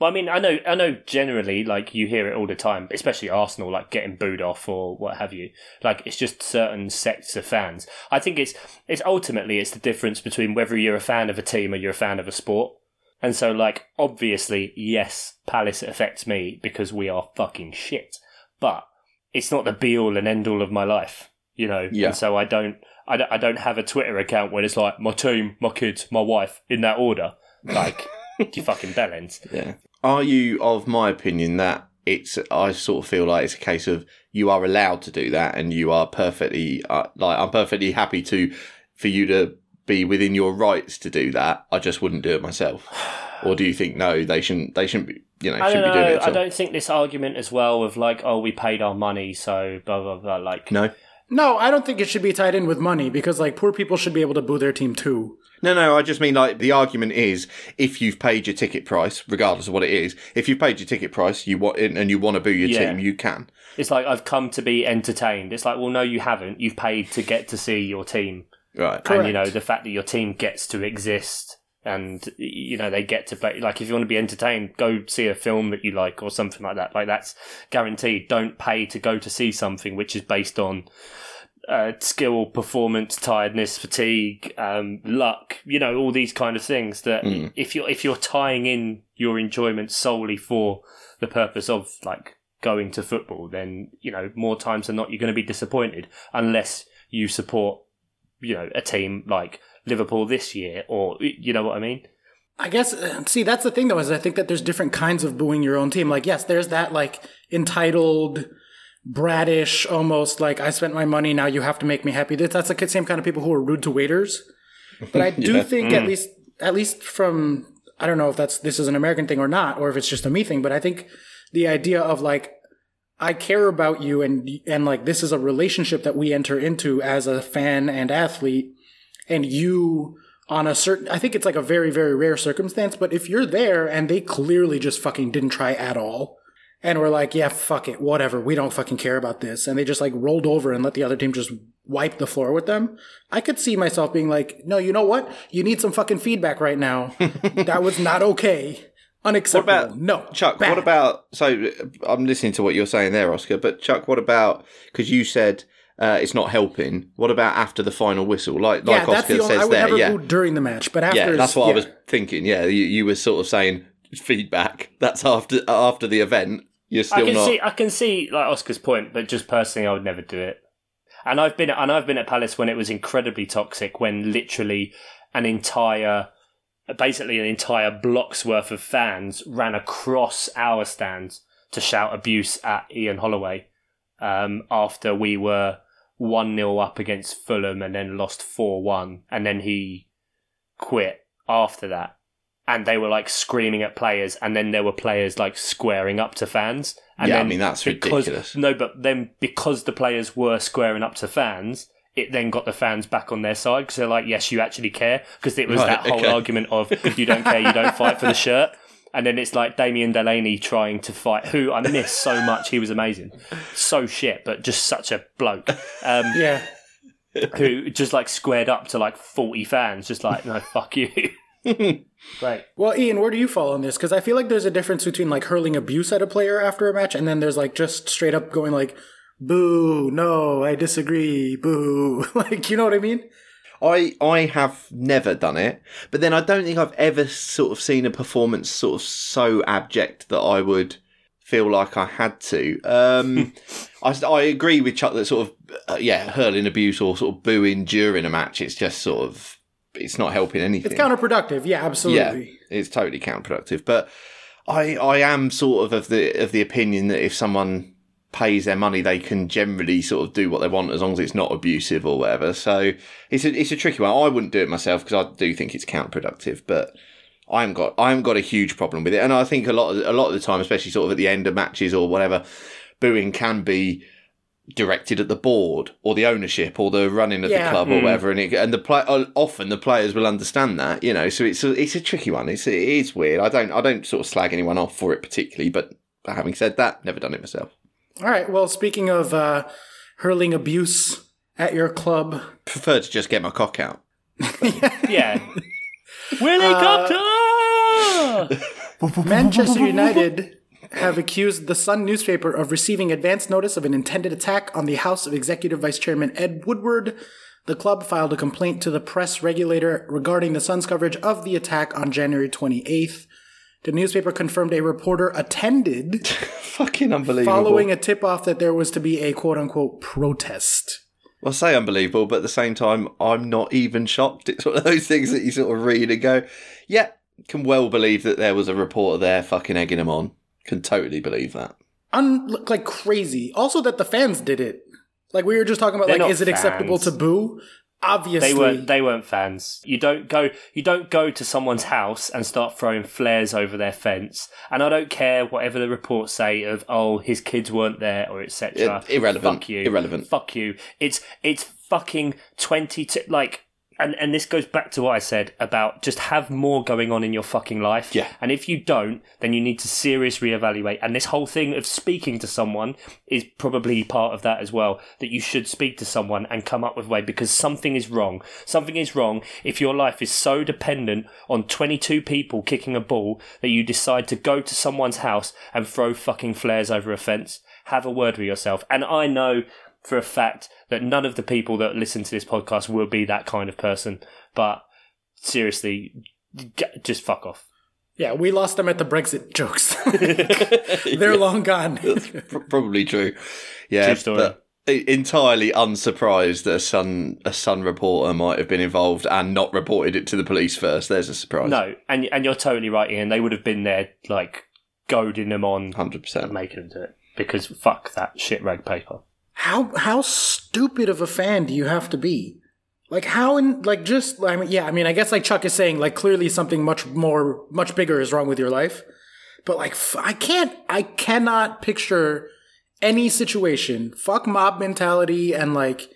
C: Well, I mean, I know, I know. Generally, like you hear it all the time, especially Arsenal, like getting booed off or what have you. Like it's just certain sects of fans. I think it's it's ultimately it's the difference between whether you're a fan of a team or you're a fan of a sport. And so, like obviously, yes, Palace affects me because we are fucking shit. But it's not the be all and end all of my life, you know.
B: Yeah.
C: And so I don't, I don't, I don't have a Twitter account when it's like my team, my kids, my wife in that order. Like you fucking bellends.
B: Yeah. Are you of my opinion that it's? I sort of feel like it's a case of you are allowed to do that, and you are perfectly uh, like I'm perfectly happy to for you to be within your rights to do that. I just wouldn't do it myself. Or do you think no? They shouldn't. They shouldn't be. You know,
C: I don't
B: shouldn't be doing it
C: know.
B: at
C: I
B: all.
C: don't think this argument as well of like, oh, we paid our money, so blah blah blah. Like,
B: No,
A: No, I don't think it should be tied in with money because like poor people should be able to boo their team too.
B: no, no. I just mean like the argument is if you've paid your ticket price, regardless of what it is, if you've paid your ticket price, you want and you want to boo your
C: Yeah.
B: team, you can.
C: it's like I've come to be entertained. It's like, well, no, you haven't. You've paid to get to see your team,
B: Right.
C: and you know
A: Correct.
C: the fact that your team gets to exist, and you know they get to play. Like, if you want to be entertained, go see a film that you like or something like that. Like that's guaranteed. Don't pay to go to see something which is based on. Uh, skill, performance, tiredness, fatigue, um, luck—you know, all these kind of things that
B: Mm.
C: if you're if you're tying in your enjoyment solely for the purpose of like going to football, then you know more times than not you're going to be disappointed unless you support you know a team like Liverpool this year or you know what I mean.
A: I guess uh, see that's the thing though is I think that there's different kinds of booing your own team. Like yes, there's that like entitled bratish almost like I spent my money now you have to make me happy. That's that's the same kind of people who are rude to waiters. But I do
B: Yeah.
A: think at least at least from I don't know if that's this is an American thing or not or if it's just a me thing, but I think the idea of like I care about you and and like this is a relationship that we enter into as a fan and athlete and you on a certain I think it's like a very very rare circumstance but if you're there and they clearly just fucking didn't try at all and we're like yeah fuck it whatever we don't fucking care about this and they just like rolled over and let the other team just wipe the floor with them I could see myself being like no you know what you need some fucking feedback right now that was not okay unacceptable
B: about-
A: no
B: Chuck,
A: bad.
B: what about? So uh, I'm listening to what you're saying there, Oscar. But Chuck, what about? Because you said uh, it's not helping. What about after the final whistle? Like like
A: yeah, that's
B: Oscar
A: the only, I
B: says
A: would
B: there.
A: never
B: Yeah,
A: boo during the match, but after
B: yeah. That's what
A: yeah.
B: I was thinking. Yeah, you, you were sort of saying feedback. That's after after the event. You're
C: I
B: still
C: can
B: not.
C: see I can see like Oscar's point, but just personally, I would never do it. And I've been and I've been at Palace when it was incredibly toxic, when literally an entire, basically an entire block's worth of fans ran across our stands to shout abuse at Ian Holloway um, after we were one 0 up against Fulham and then lost four one, and then he quit after that and they were like screaming at players, and then there were players like squaring up to fans. And
B: Yeah, I
C: then
B: mean, that's
C: because,
B: ridiculous.
C: No, but then because the players were squaring up to fans, it then got the fans back on their side because they're like, yes, you actually care. Because it was
B: Right,
C: that whole
B: okay.
C: argument of if you don't care, you don't fight for the shirt. And then it's like Damien Delaney trying to fight, who I miss so much. He was amazing. So shit, but just such a bloke. Um,
A: Yeah.
C: who just like squared up to like 40 fans, just like, no, fuck you. right.
A: Well, Ian, where do you fall on this? Because I feel like there's a difference between like hurling abuse at a player after a match, and then there's like just straight up going like, "Boo! No, I disagree. Boo!" like, you know what I mean?
B: I I have never done it, but then I don't think I've ever sort of seen a performance sort of so abject that I would feel like I had to. Um, I I agree with Chuck that sort of uh, yeah hurling abuse or sort of booing during a match. It's just sort of it's not helping anything.
A: It's counterproductive. Yeah, absolutely.
B: Yeah, it's totally counterproductive. But I I am sort of of the of the opinion that if someone pays their money, they can generally sort of do what they want as long as it's not abusive or whatever. So it's a it's a tricky one. I wouldn't do it myself because I do think it's counterproductive, but. I haven't got I haven't got a huge problem with it, and I think a lot of, a lot of the time, especially sort of at the end of matches or whatever, booing can be directed at the board or the ownership or the running of
A: Yeah.
B: the club or
C: Mm.
B: whatever, and it, and the play, often the players will understand that, you know. So it's a, it's a tricky one. It's it is weird. I don't I don't sort of slag anyone off for it particularly, but having said that, never done it myself.
A: All right. Well, speaking of uh, hurling abuse at your club,
B: Prefer to just get my cock out.
C: Yeah. Willie
B: Uh,
C: Copter!
A: Manchester United have accused the Sun newspaper of receiving advance notice of an intended attack on the house of Executive Vice Chairman Ed Woodward. The club filed a complaint to the press regulator regarding the Sun's coverage of the attack on January 28th. The newspaper confirmed a reporter attended
B: Fucking unbelievable.
A: following a tip off that there was to be a quote unquote protest.
B: Well, I say unbelievable, but at the same time, I'm not even shocked. It's one of those things that you sort of read and go, yeah, can well believe that there was a reporter there fucking egging him on. Can totally believe that.
A: Un- like crazy. Also, that the fans did it. Like, we were just talking about,
C: They're
A: like,
C: not
A: is it acceptable
C: fans.
A: to boo? Obviously.
C: They weren't. They weren't fans. You don't go. You don't go to someone's house and start throwing flares over their fence. And I don't care whatever the reports say of oh his kids weren't there or etc.
B: I- irrelevant.
C: Fuck you.
B: Irrelevant.
C: Fuck you. It's it's fucking twenty two. Like and and this goes back to what I said about just have more going on in your fucking life.
B: Yeah.
C: And if you don't, then you need to seriously reevaluate. And this whole thing of speaking to someone is probably part of that as well. That you should speak to someone and come up with a way because something is wrong. Something is wrong if your life is so dependent on twenty two people kicking a ball that you decide to go to someone's house and throw fucking flares over a fence. Have a word with yourself. And I know for a fact that none of the people that listen to this podcast will be that kind of person. But seriously, j- just fuck off.
A: Yeah, we lost them at the Brexit jokes. They're long gone.
B: P- probably true. Yeah,
C: True story.
B: but e- entirely unsurprised that a Sun a Sun reporter might have been involved and not reported it to the police first. There's a surprise.
C: No, and and you're totally right, Ian. They would have been there, like goading them on,
B: hundred percent.
C: making them do it because fuck that shit rag paper.
A: how how stupid of a fan do you have to be? Like how in like just I mean yeah, I mean I guess like Chuck is saying like clearly something much more much bigger is wrong with your life. But like f- I can't I cannot picture any situation fuck mob mentality and like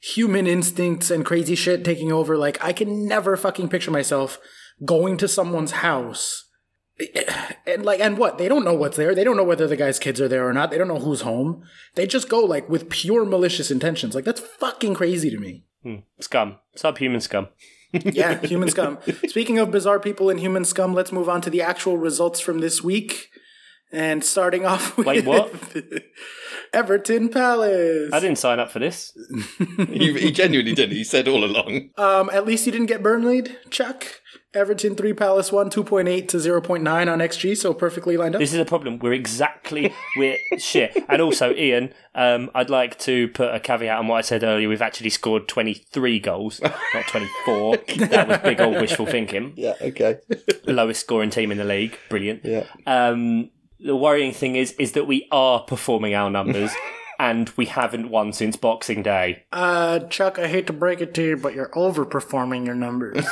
A: human instincts and crazy shit taking over like I can never fucking picture myself going to someone's house and like and what they don't know what's there they don't know whether the guy's kids are there or not they don't know who's home they just go like with pure malicious intentions like that's fucking crazy to me
C: Scum, subhuman scum.
A: yeah human scum speaking of bizarre people and human scum let's move on to the actual results from this week and starting off with
C: Wait, what?
A: everton palace
C: I didn't sign up for this.
B: he, he genuinely didn't. He said all along.
A: Um, at least you didn't get Burnley, Chuck. Everton 3, Palace 1, 2.8 to 0.9 on XG, so perfectly lined up.
C: This is a problem. We're exactly we're shit. And also, Ian, um, I'd like to put a caveat on what I said earlier. We've actually scored twenty three goals, not twenty four. that was big old wishful thinking.
B: Yeah. Okay.
C: The lowest scoring team in the league. Brilliant.
B: Yeah.
C: Um, the worrying thing is, is that we are performing our numbers, and we haven't won since Boxing Day.
A: Uh, Chuck, I hate to break it to you, but you're overperforming your numbers.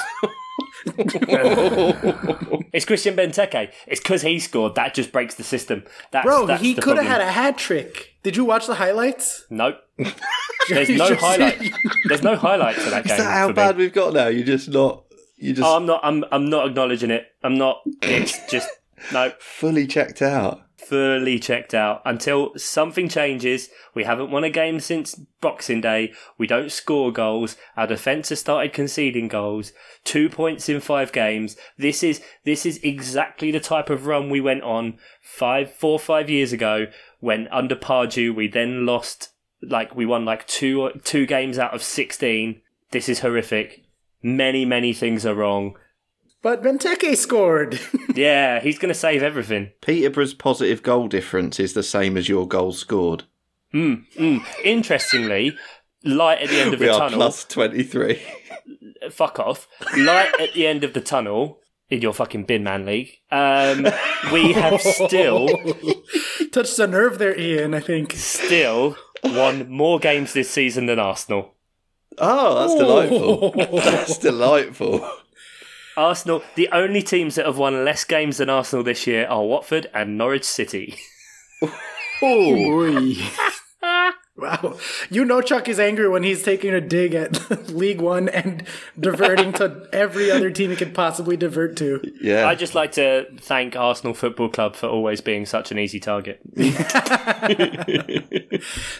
C: It's Christian Benteke. It's because he scored. That just breaks the system. That's,
A: Bro,
C: that's
A: he
C: the
A: could have
C: problem.
A: had a hat trick. Did you watch the highlights?
C: Nope. There's no highlight. There's no highlight to that game.
B: Is that how
C: for
B: bad
C: Me.
B: we've got now? You're just not. You're just
C: Oh, I'm not. I'm. I'm not acknowledging it. I'm not. It's just no.
B: fully checked out.
C: Fully checked out until something changes. We haven't won a game since Boxing Day. We don't score goals. Our defence has started conceding goals. Two points in five games. This is this is exactly the type of run we went on five, four, five years ago when under Pardew we then lost. Like we won like two two games out of sixteen. This is horrific. Many many things are wrong.
A: But Benteke scored.
C: Yeah, he's going to save everything.
B: Peterborough's positive goal difference is the same as your goal scored.
C: Mm, mm. Interestingly, light at the end of
B: We
C: the
B: are
C: tunnel.
B: plus 23.
C: Fuck off. Light at the end of the tunnel in your fucking bin man league. Um, we have still,
A: Touched a nerve there, Ian, I think.
C: still won more games this season than Arsenal.
B: Oh, that's delightful. That's delightful.
C: Arsenal, the only teams that have won less games than Arsenal this year are Watford and Norwich City.
B: Oh,
A: Ooh. wow. You know Chuck is angry when he's taking a dig at League One and diverting to every other team he could possibly divert to.
B: yeah.
C: I'd just like to thank Arsenal Football Club for always being such an easy target.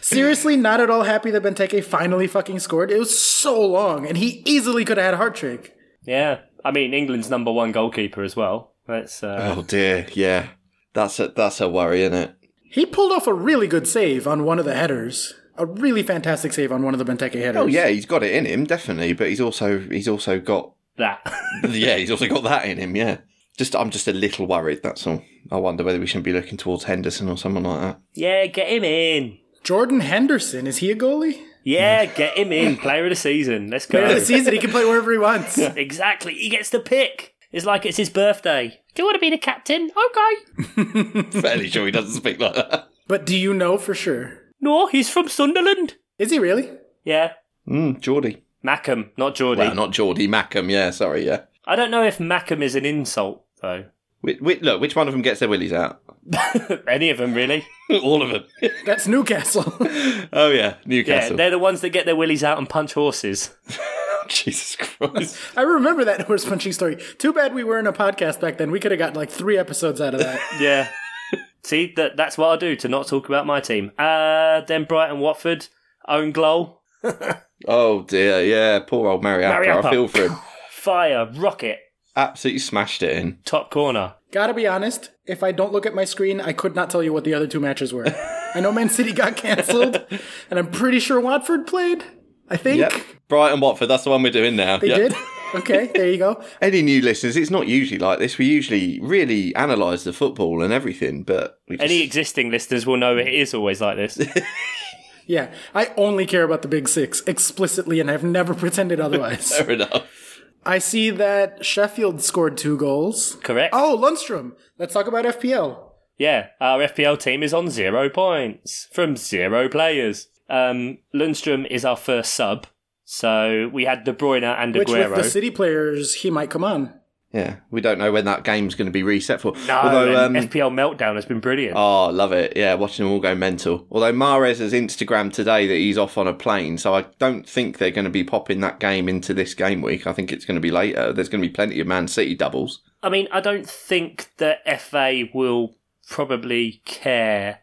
A: Seriously, not at all happy that Benteke finally fucking scored. It was so long, and he easily could have had a heart trick.
C: Yeah, I mean, England's number one goalkeeper as well. That's uh,
B: oh dear. Yeah. That's a that's a worry, isn't it?
A: He pulled off a really good save on one of the headers. A really fantastic save on one of the Benteke headers.
B: Oh yeah, he's got it in him definitely, but he's also he's also got
C: that.
B: yeah he's also got that in him. Yeah. Just I'm just a little worried. That's all. I wonder whether we shouldn't be looking towards Henderson or someone like that.
C: Yeah, get him in.
A: Jordan Henderson, is he a goalie?
C: Yeah, get him in. Player of the season. Let's go.
A: This season, he can play wherever he wants.
C: exactly. He gets the pick. It's like it's his birthday. Do you want to be the captain? Okay.
B: Fairly sure he doesn't speak like that.
A: But do you know for sure?
C: No, he's from Sunderland.
A: Is he really?
C: Yeah.
B: Mm, Geordie.
C: Mackham, not Geordie.
B: Well, not Geordie Mackham. Yeah, sorry. Yeah.
C: I don't know if Mackham is an insult, though.
B: Whi whi look, which one of them gets their willies out?
C: Any of them, really.
B: All of them.
A: That's Newcastle.
B: oh yeah,
C: Yeah,
B: Newcastle.
C: they're the ones that get their willies out and punch horses.
B: Jesus Christ.
A: I remember that horse punching story. Too bad we weren't a podcast back then. We could have gotten like three episodes out of that.
C: Yeah. See, that that's what I do to not talk about my team. Uh, then Brighton, Watford, own goal,
B: Oh dear. Yeah, poor old Mariappa.
C: Mariappa.
B: I feel for him.
C: fire, rocket,
B: Absolutely smashed it in.
C: top corner.
A: Gotta be honest, if I don't look at my screen, I could not tell you what the other two matches were. I know Man City got cancelled, and I'm pretty sure Watford played. I think
B: Yep. Brighton Watford, that's the one we're doing now.
A: they
B: Yep.
A: did. Okay, there you go.
B: Any new listeners, it's not usually like this. We usually really analyse the football and everything, but we just,
C: Any existing listeners will know it is always like this.
A: Yeah, I only care about the big six explicitly, and I've never pretended otherwise.
B: fair enough.
A: I see that Sheffield scored two goals.
C: Correct?
A: Oh, Lundstrom. Let's talk about FPL.
C: Yeah, our FPL team is on zero points from zero players. Um, Lundstrom is our first sub, so we had De Bruyne and
A: Which
C: Aguero.
A: with the City players, he might come on.
B: Yeah, we don't know when that game's going to be reset for.
C: no,
B: Although,
C: and
B: um,
C: FPL meltdown has been brilliant.
B: oh, love it. Yeah, watching them all go mental. Although Mares has Instagram today that he's off on a plane, so I don't think they're going to be popping that game into this game week. I think it's going to be later. There's going to be plenty of Man City doubles.
C: I mean, I don't think the FA will probably care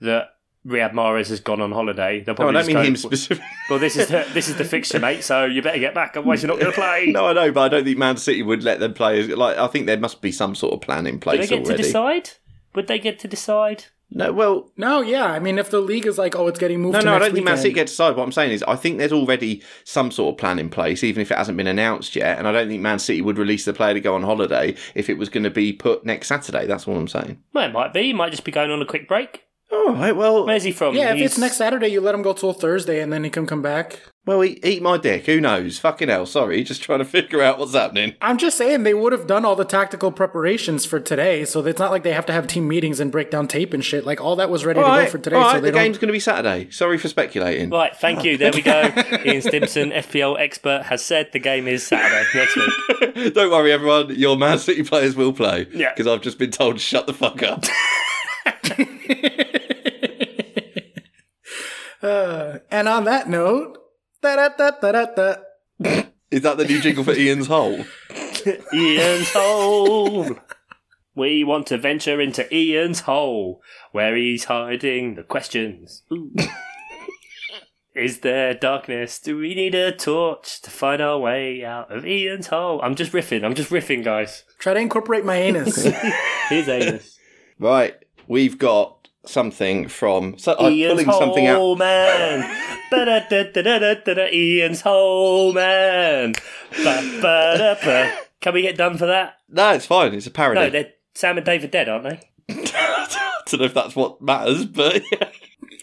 C: that Riyad Mahrez has gone on holiday. They'll
B: No, I
C: probably
B: don't mean him
C: just go,
B: specifically.
C: Well, this is the, this is the fixture, mate. So you better get back, otherwise you're not going to play.
B: No, I know, but I don't think Man City would let them play. Like, I think there must be some sort of plan in
C: Do
B: place
C: they get to
B: already.
C: decide? Would they get to decide?
B: No, well,
A: No, yeah. I mean, if the league is like, oh, it's getting moved.
B: no,
A: to
B: no, I
A: next
B: don't think Man
A: weekend,
B: City get to decide. What I'm saying is, I think there's already some sort of plan in place, even if it hasn't been announced yet. And I don't think Man City would release the player to go on holiday if it was going to be put next Saturday. That's all I'm saying.
C: Well, it might be. He might just be going on a quick break.
B: All right, well,
C: Where's he from?
A: Yeah, if
C: He's-
A: it's next Saturday, you let him go till Thursday, and then he can come back.
B: well, eat, eat my dick. Who knows? Fucking hell. Sorry, just trying to figure out what's happening.
A: I'm just saying they would have done all the tactical preparations for today, so it's not like they have to have team meetings and break down tape and shit. Like all that was ready to go for today,
B: all
A: so
B: right,
A: they
B: the
A: don't.
B: game's going to be Saturday. Sorry for speculating.
C: Right, thank you. There we go. Ian Stimpson, FPL expert, has said the game is Saturday next week.
B: Don't worry, everyone. Your Man City players will play.
C: Yeah.
B: Because I've just been told to shut the fuck up.
A: Uh, and on that note, da-da-da-da-da-da.
B: Is that the new jingle for Ian's hole?
C: Ian's hole. We want to venture into Ian's hole, where he's hiding the questions. Ooh. Is there darkness? Do we need a torch to find our way out of Ian's hole? I'm just riffing. I'm just riffing, guys.
A: Try to incorporate my anus.
C: Here's Anus.
B: Right, we've got something from. So I'm
C: Ian's
B: pulling something out.
C: hole man. Ba-da-da-da-da-da-da, Ian's hole man. Ba-ba-da-ba. Can we get done for that?
B: No, it's fine. It's a parody.
C: No, they're Sam and Dave are dead, aren't they?
B: I don't know if that's what matters, but yeah.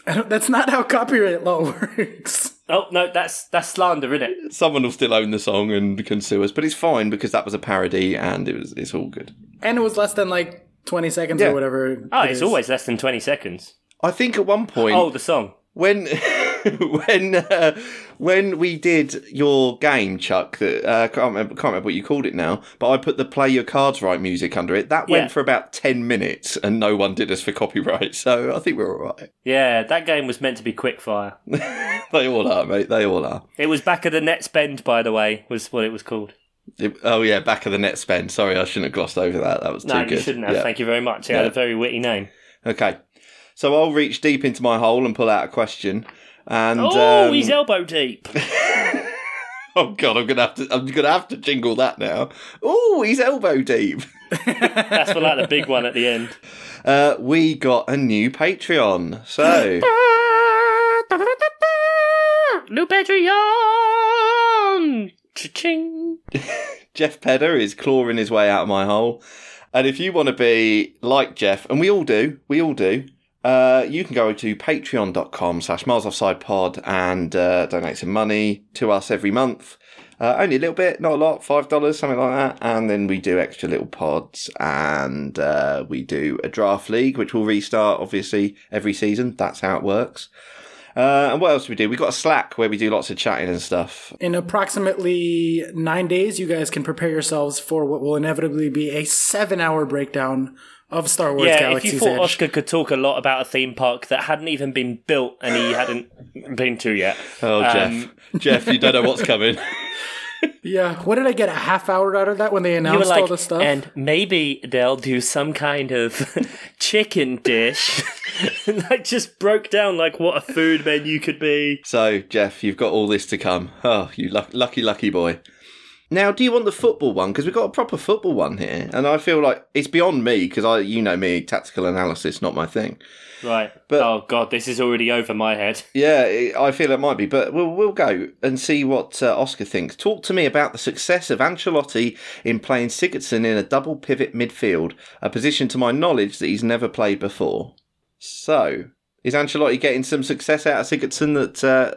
A: I don't- That's not how copyright law works.
C: Oh no, that's that's slander, isn't it?
B: someone will still own the song and can sue us. But it's fine because that was a parody and it was it's all good.
A: And it was less than like 20 seconds
B: Yeah. Ah,
A: or whatever.
C: Oh,
A: it
C: it's
A: is.
C: always less than twenty seconds.
B: I think at one point
C: Oh, the song.
B: when when uh, when we did your game, Chuck, that uh, can't remember, can't remember what you called it now, but I put the "Play Your Cards Right" music under it. That
C: Yeah.
B: went for about ten minutes, and no one did us for copyright. So I think we're all right.
C: Yeah, that game was meant to be quickfire.
B: They all are, mate. They all are.
C: It was back of the net spend, by the way, was what it was called.
B: It- oh yeah, back of the net spend. Sorry, I shouldn't have glossed over that. That was
C: No,
B: too
C: you
B: good.
C: shouldn't have.
B: Yeah.
C: Thank you very much. It had
B: Yeah.
C: a very witty name.
B: Okay, so I'll reach deep into my hole and pull out a question. And
C: oh,
B: um,
C: he's elbow deep.
B: oh god, I'm gonna have to. I'm gonna have to jingle that now. Oh, he's elbow deep.
C: That's for like the big one at the end.
B: Uh, we got a new Patreon. So
C: New Patreon. Cha-ching.
B: Jeff Pedder is clawing his way out of my hole. And if you want to be like Jeff, and we all do, we all do, uh, you can go to patreon.com slash miles offside pod and uh, donate some money to us every month. Uh, only a little bit, not a lot, $5, something like that. And then we do extra little pods and uh, we do a draft league, which will restart obviously every season. That's how it works. Uh, and what else do we do? We've got a Slack where we do lots of chatting and stuff.
A: In approximately nine days, you guys can prepare yourselves for what will inevitably be a seven hour breakdown of Star Wars
C: Yeah, if
A: Galaxy's
C: you thought
A: Edge.
C: Oscar could talk a lot about a theme park that hadn't even been built and he hadn't been to yet.
B: Oh,
C: Um,
B: Jeff. Jeff, you don't know what's coming.
A: yeah, what did I get a half hour out of that when they
C: You were
A: announced all
C: like,
A: this stuff?
C: and maybe they'll do some kind of chicken dish. and I just broke down like what a food menu could be.
B: so, Jeff, you've got all this to come. Oh, you luck- lucky, lucky boy. Now, do you want the football one? Because we've got a proper football one here, and I feel like it's beyond me because I, you know me, tactical analysis not my thing.
C: Right.
B: But-
C: oh god, this is already over my head.
B: Yeah, it, I feel it might be, but we'll we'll go and see what uh, Oscar thinks. Talk to me about the success of Ancelotti in playing Sigurdsson in a double pivot midfield, a position to my knowledge that he's never played before. So, is Ancelotti getting some success out of Sigurdsson that uh,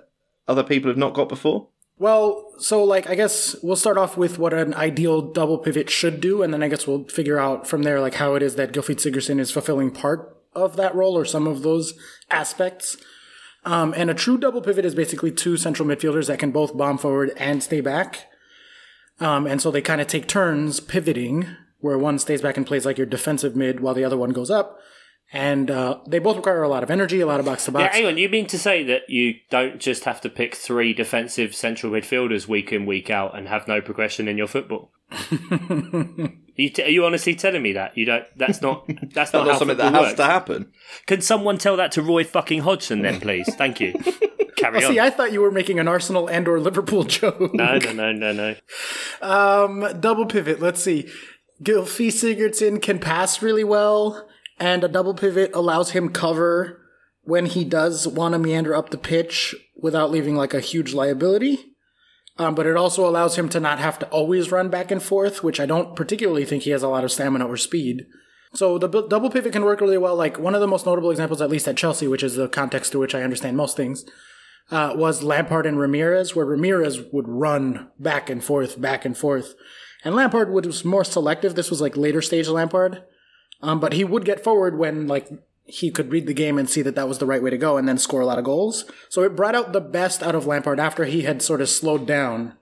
B: other people have not got before?
A: Well, so like I guess we'll start off with what an ideal double pivot should do, and then I guess we'll figure out from there like how it is that Gilfried Sigurdsson is fulfilling part of that role or some of those aspects. Um, and a true double pivot is basically two central midfielders that can both bomb forward and stay back. Um, and so they kind of take turns pivoting, where one stays back and plays like your defensive mid while the other one goes up. And uh, they both require a lot of energy, a lot of box to
C: Yeah,
A: box.
C: hang on, you mean to say that you don't just have to pick three defensive central midfielders week in, week out and have no progression in your football? you t- are you honestly telling me that? You don't that's not that's not,
B: Not
C: how
B: something that
C: football
B: has
C: works.
B: to happen.
C: Can someone tell that to Roy fucking Hodgson then, please? Thank you. Carry on.
A: See, I thought you were making an Arsenal and or Liverpool joke.
C: No, no, no, no, no.
A: Um, double pivot. Let's see. Gylfi Sigurdsson can pass really well, and a double pivot allows him cover when he does want to meander up the pitch without leaving like a huge liability. Um, but it also allows him to not have to always run back and forth, which I don't particularly think he has a lot of stamina or speed. So the bu- double pivot can work really well. Like one of the most notable examples, at least at Chelsea, which is the context through which I understand most things, uh, was Lampard and Ramirez, where Ramirez would run back and forth, back and forth. And Lampard would, was more selective. This was like later stage Lampard. Um, but he would get forward when like he could read the game and see that that was the right way to go and then score a lot of goals. So it brought out the best out of Lampard after he had sort of slowed down.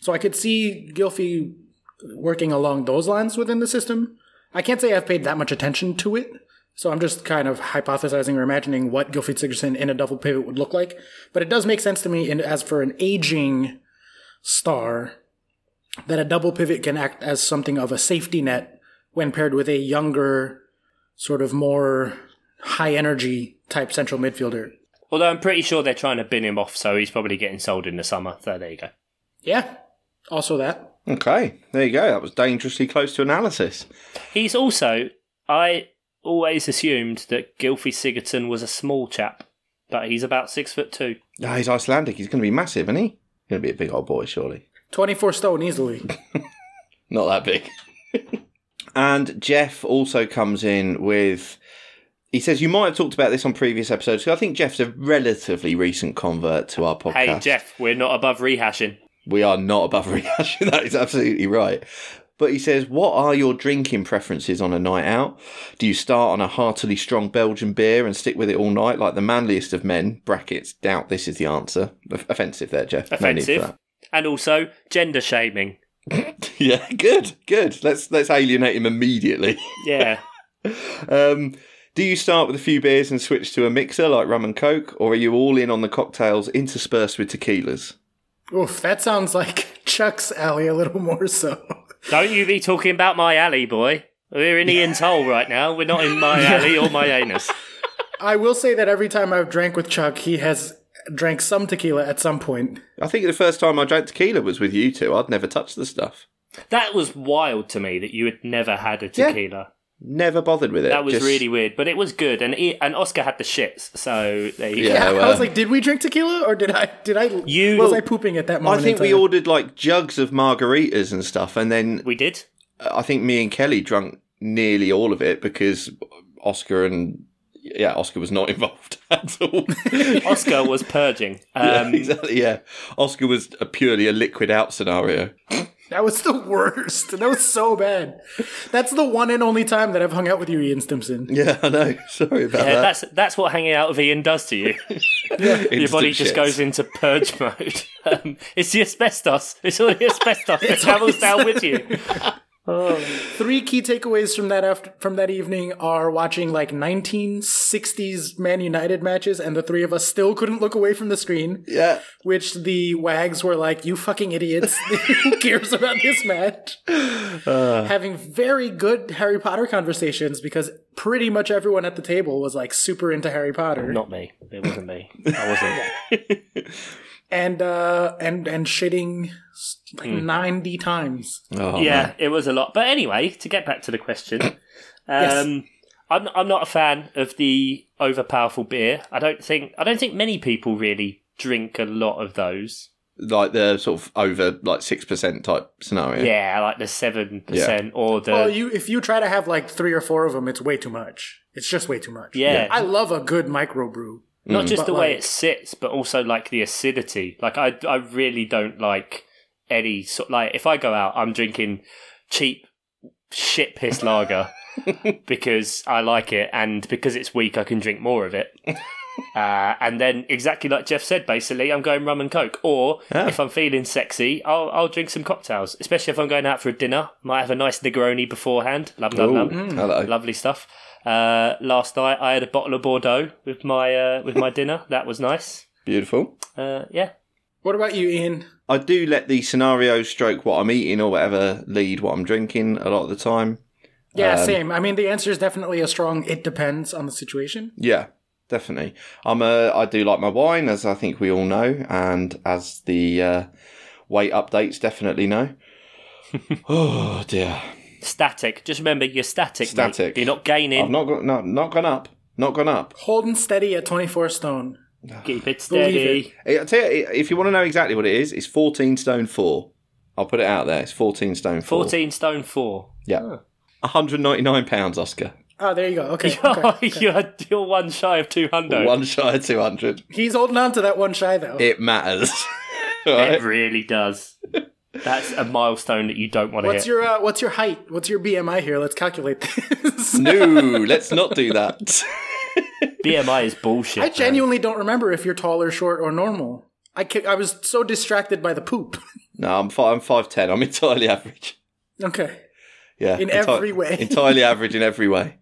A: So I could see Gilfy working along those lines within the system. I can't say I've paid that much attention to it So I'm just kind of hypothesizing or imagining what Gilfried Sigurdsson in a double pivot would look like. But it does make sense to me, in, as for an aging star, that a double pivot can act as something of a safety net when paired with a younger, sort of more high energy type central midfielder.
C: Although I'm pretty sure they're trying to bin him off, so he's probably getting sold in the summer. So there you go.
A: Yeah, also that.
B: Okay, there you go. That was dangerously close to analysis.
C: He's also I always assumed that Gylfi Sigurdsson was a small chap, but he's about six foot two.
B: Ah, he's Icelandic. He's going to be massive, isn't he? Going to be a big old boy, surely.
A: 24 stone easily.
B: Not that big. and Jeff also comes in with. He says you might have talked about this on previous episodes. I think Jeff's a relatively recent convert to our podcast.
C: Hey Jeff, we're not above rehashing.
B: we are not above reaction. that is absolutely right. But he says, What are your drinking preferences on a night out? Do you start on a heartily strong Belgian beer and stick with it all night like the manliest of men? Brackets, doubt this is the answer. Off- Offensive there, Jeff. No need for
C: Offensive. and also gender shaming.
B: that. yeah, good, good. Let's let's alienate him immediately.
C: Yeah.
B: Um, do you start with a few beers and switch to a mixer like rum and coke, or are you all in on the cocktails interspersed with tequilas?
A: Oof, that sounds like Chuck's alley a little more so.
C: Don't you be talking about my alley, boy. We're in Ian's hole right now. We're not in my alley or my anus.
A: I will say that every time I've drank with Chuck, he has drank some tequila at some point.
B: I think the first time I drank tequila was with you two. I'd never touched the stuff.
C: That was wild to me that you had never had a
B: Yeah.
C: tequila.
B: Never bothered with it.
C: That was
B: Just-
C: really weird, but it was good. And I- and Oscar had the shits, so there you go.
B: Yeah,
A: Yeah, I
B: well.
A: was like, did we drink tequila or did I did I
C: You-
A: was I pooping at that
B: I
A: moment?
B: think
A: in
B: we
A: time?
B: ordered like jugs of margaritas and stuff, and then
C: We did.
B: I think me and Kelly drunk nearly all of it because Oscar and yeah, Oscar was not involved at all.
C: Oscar was purging. Um,
B: exactly. Yeah, Oscar was a purely a liquid out scenario.
A: that was the worst. That was so bad. That's the one and only time that I've hung out with you, Ian Stimson.
B: Yeah, I know. Sorry about
C: yeah,
B: that.
C: that's that's what hanging out with Ian does to you. Your body just goes into purge mode. Um, it's the asbestos. It's all the asbestos that travels down with you.
A: Three key takeaways from that after, from that evening are watching like 1960s Man United matches, and the three of us still couldn't look away from the screen.
B: Yeah.
A: Which the wags were like, "You fucking idiots! Who cares about this match?" Having very good Harry Potter conversations because pretty much everyone at the table was like super into Harry Potter.
C: Not me. It wasn't me. I wasn't.
A: and uh and and shitting like 90 times
B: Oh,
C: Hmm. yeah,
B: man.
C: it was a lot. But anyway, to get back to the question, um,
A: Yes.
C: I'm I'm not a fan of the overpowerful beer. I don't think I don't think many people really drink a lot of those.
B: like the sort of over like six percent type scenario.
C: Yeah, like the seven percent or the
A: well you if you try to have like three or four of them it's way too much it's just way too much
C: yeah.
A: i love a good microbrew
C: not just
A: Mm. But
C: the way
A: like-
C: it sits, but also like the acidity. Like I, I really don't like any sort. Like if I go out, I'm drinking cheap shit piss lager because I like it, and because it's weak, I can drink more of it. Uh, and then exactly like Jeff said, basically, I'm going rum and coke. Or
B: Ah.
C: if I'm feeling sexy, I'll I'll drink some cocktails. Especially if I'm going out for a dinner, might have a nice Negroni beforehand. Love, love,
B: Ooh,
C: love
B: hello.
C: lovely stuff. Uh, last night I had a bottle of Bordeaux with my uh, with my dinner. That was nice.
B: Beautiful.
C: Uh, yeah,
A: what about you ian
B: I do let the scenario stroke what I'm eating or whatever lead what I'm drinking a lot of the time.
A: yeah
C: Um,
A: same i mean the answer is definitely a strong it depends on the situation
B: Yeah, definitely. I'm a I do like my wine as I think we all know and as the uh, weight updates definitely know. oh dear.
C: static. Just remember, you're static. mate.
B: Static.
C: You're not gaining.
B: I've not got no, not gone up. Not gone up.
A: holding steady at 24 stone
C: Keep it
A: Believe
C: steady.
B: I tell you, if you want to know exactly what it is, it's 14 stone 4. I'll put it out there. It's 14 stone 4.
C: Fourteen stone four.
B: Yeah. 199 pounds, Oscar.
A: oh there you go okay, okay.
C: Oh, you're, you're one shy of two hundred.
B: One shy of 200.
A: he's holding on to that one shy though
B: It matters.
C: It
B: Right?
C: really does. That's a milestone that you don't want to hit.
A: what's your uh, what's your height what's your bmi here let's calculate this
B: No, let's not do that.
C: BMI is bullshit.
A: I
C: man.
A: genuinely don't remember if you're tall or short or normal. I, ca- I was so distracted by the poop.
B: No, I'm five. I'm five ten. I'm entirely average.
A: okay.
B: Yeah,
A: In
B: enti-
A: every way.
B: entirely average in every way.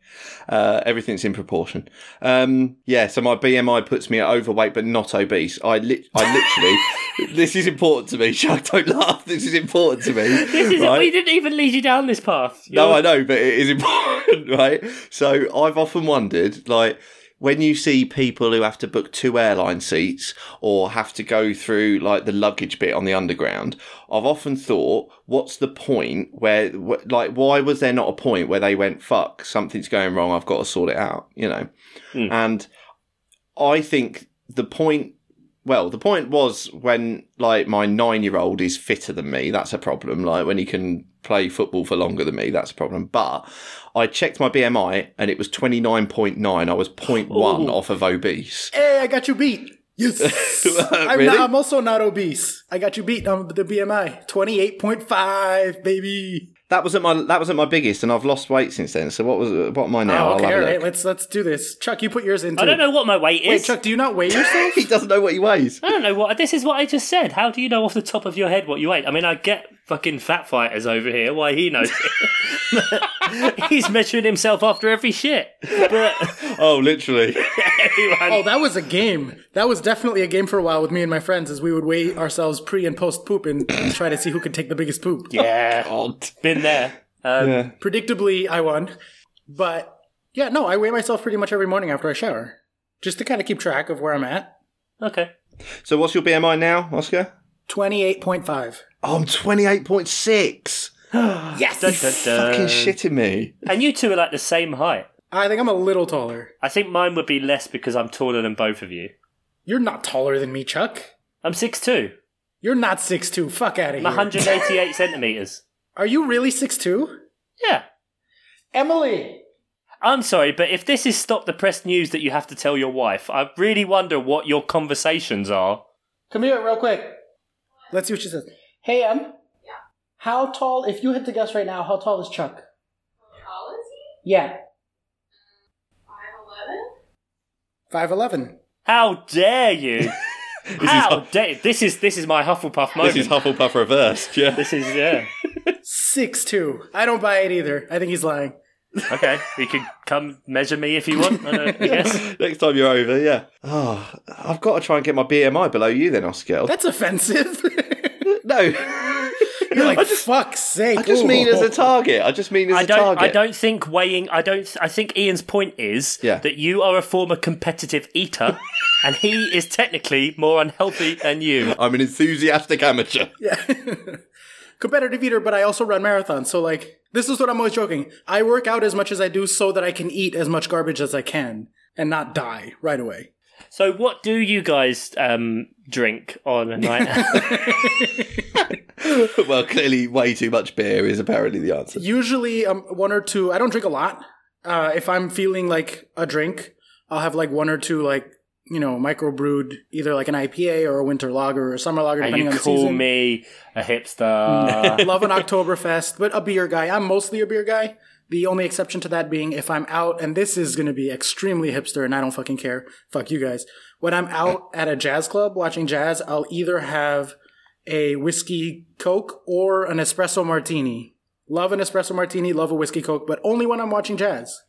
B: Uh, everything's in proportion. Um, yeah, so my BMI puts me at overweight but not obese. I li- I literally, this is important to me. Chuck, don't laugh. This is important to me.
C: This is
B: right?
C: We didn't even lead you down this path.
B: No, I know, but it is important, right? So I've often wondered, like, when you see people who have to book two airline seats or have to go through like the luggage bit on the underground, I've often thought, what's the point where, wh- like, why was there not a point where they went, fuck, something's going wrong, I've got to sort it out, you know?
C: Mm.
B: And I think the point well, the point was when like my nine year old is fitter than me, that's a problem. Like when he can play football for longer than me, that's a problem. But I checked my BMI and it was twenty nine point nine. I was 0.1
C: Ooh.
B: off of obese.
A: Hey, I got you beat. Yes. I'm,
B: Really?
A: not, I'm also not obese. I got you beat on the BMI. 28.5, baby.
B: That was at my that was at my biggest and I've lost weight since then. So what was what am I now?
A: Oh, okay,
B: I'll
A: all
B: have a
A: right.
B: look.
A: Let's let's do this. Chuck, you put yours in. Too.
C: I don't know what my weight is.
A: Wait, Chuck, do you not weigh yourself?
B: he doesn't know what he weighs.
C: I don't know what this is. What I just said. How do you know off the top of your head what you ate? I mean, I get fucking fat fighters over here. Why he knows? He's measuring himself after every shit. But
B: Oh, literally.
C: everyone,
A: oh, that was a game. That was definitely a game for a while with me and my friends, as we would weigh ourselves pre and post poop and try to see who could take the biggest poop.
C: yeah,
B: God.
C: been there. Um,
B: Yeah.
A: Predictably, I won. But yeah, no, I weigh myself pretty much every morning after I shower, just to kind of keep track of where I'm at.
C: Okay.
B: So what's your BMI now, Oscar?
A: 28.5.
B: Oh, I'm twenty eight point six.
A: Yes.
C: Dun, dun, dun.
B: Fucking shitting me.
C: And you two are like the same height.
A: I think I'm a little taller.
C: I think mine would be less because I'm taller than both of you.
A: You're not taller than me, Chuck.
C: I'm 6'2".
A: You're not 6'2. Fuck out of
C: I'm
A: here.
C: 188 centimeters.
A: Are you really 6'2?
C: Yeah.
A: Emily!
C: I'm sorry, but if this is stop the press news that you have to tell your wife, I really wonder what your conversations are.
A: Come here real quick. Let's see what she says. Hey, Em. Yeah. How tall, if you had to guess right now, how tall is Chuck?
D: tall is he?
A: Yeah.
D: 5'11?
A: 5'11.
C: How dare you?
B: is
C: How
B: Huff-
C: dare this is this is my Hufflepuff moment.
B: This is Hufflepuff reversed, yeah.
C: This is, yeah.
A: 6'2. I don't buy it either. I think he's lying.
C: Okay, you can come measure me if you want. I don't, yes.
B: Next time you're over, yeah. Oh, I've got to try and get my BMI below you then, Oscar.
A: That's offensive.
B: no.
A: You're like,
B: I just,
A: fuck's sake.
B: I just mean as a target. I just mean as
C: I
B: a
C: don't.
B: target.
C: I don't think weighing. I don't. I think Ian's point is
B: Yeah.
C: that you are a former competitive eater, and he is technically more unhealthy than you.
B: I'm an enthusiastic amateur.
A: Yeah. Competitive eater, but I also run marathons. So, like, this is what I'm always joking. I work out as much as I do so that I can eat as much garbage as I can and not die right away.
C: So, what do you guys um, drink on a night? out?
B: well, clearly, way too much beer is apparently the answer.
A: Usually, um, one or two. I don't drink a lot. Uh, if I'm feeling like a drink, I'll have like one or two, like, you know, microbrewed, either like an IPA or a winter lager or a summer lager,
C: and
A: depending
C: you
A: on the
C: call
A: season.
C: me a hipster.
A: Love an Oktoberfest, but a beer guy. I'm mostly a beer guy. The only exception to that being if I'm out, and this is going to be extremely hipster, and I don't fucking care. Fuck you guys. When I'm out at a jazz club watching jazz, I'll either have a whiskey coke or an espresso martini. Love an espresso martini, love a whiskey coke, but only when I'm watching jazz.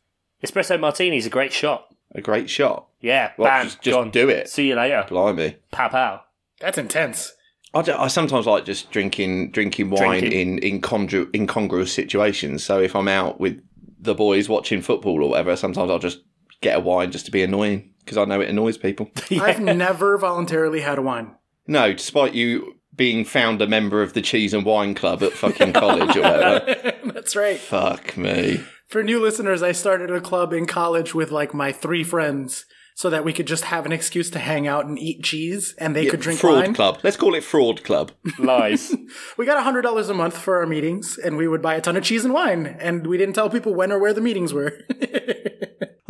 C: Espresso martini's a great shot.
B: A great shot.
C: Yeah,
B: Well,
C: bam,
B: just- just
C: gone.
B: do it.
C: See you later.
B: Blimey.
C: Pow pow.
A: That's intense.
B: I, don't- I sometimes like just drinking drinking wine
C: Drinking.
B: in incongru- incongruous situations. So if I'm out with the boys watching football or whatever, sometimes I'll just get a wine just to be annoying because I know it annoys people.
A: I've never voluntarily had one.
B: No, despite you being found a member of the cheese and wine club at fucking college or whatever.
A: That's right.
B: Fuck me.
A: For new listeners, I started a club in college with like my three friends so that we could just have an excuse to hang out and eat cheese and they could drink
B: fraud
A: wine.
B: club. Let's call it fraud club.
C: Lies.
A: We got $100 a month for our meetings and we would buy a ton of cheese and wine and we didn't tell people when or where the meetings were.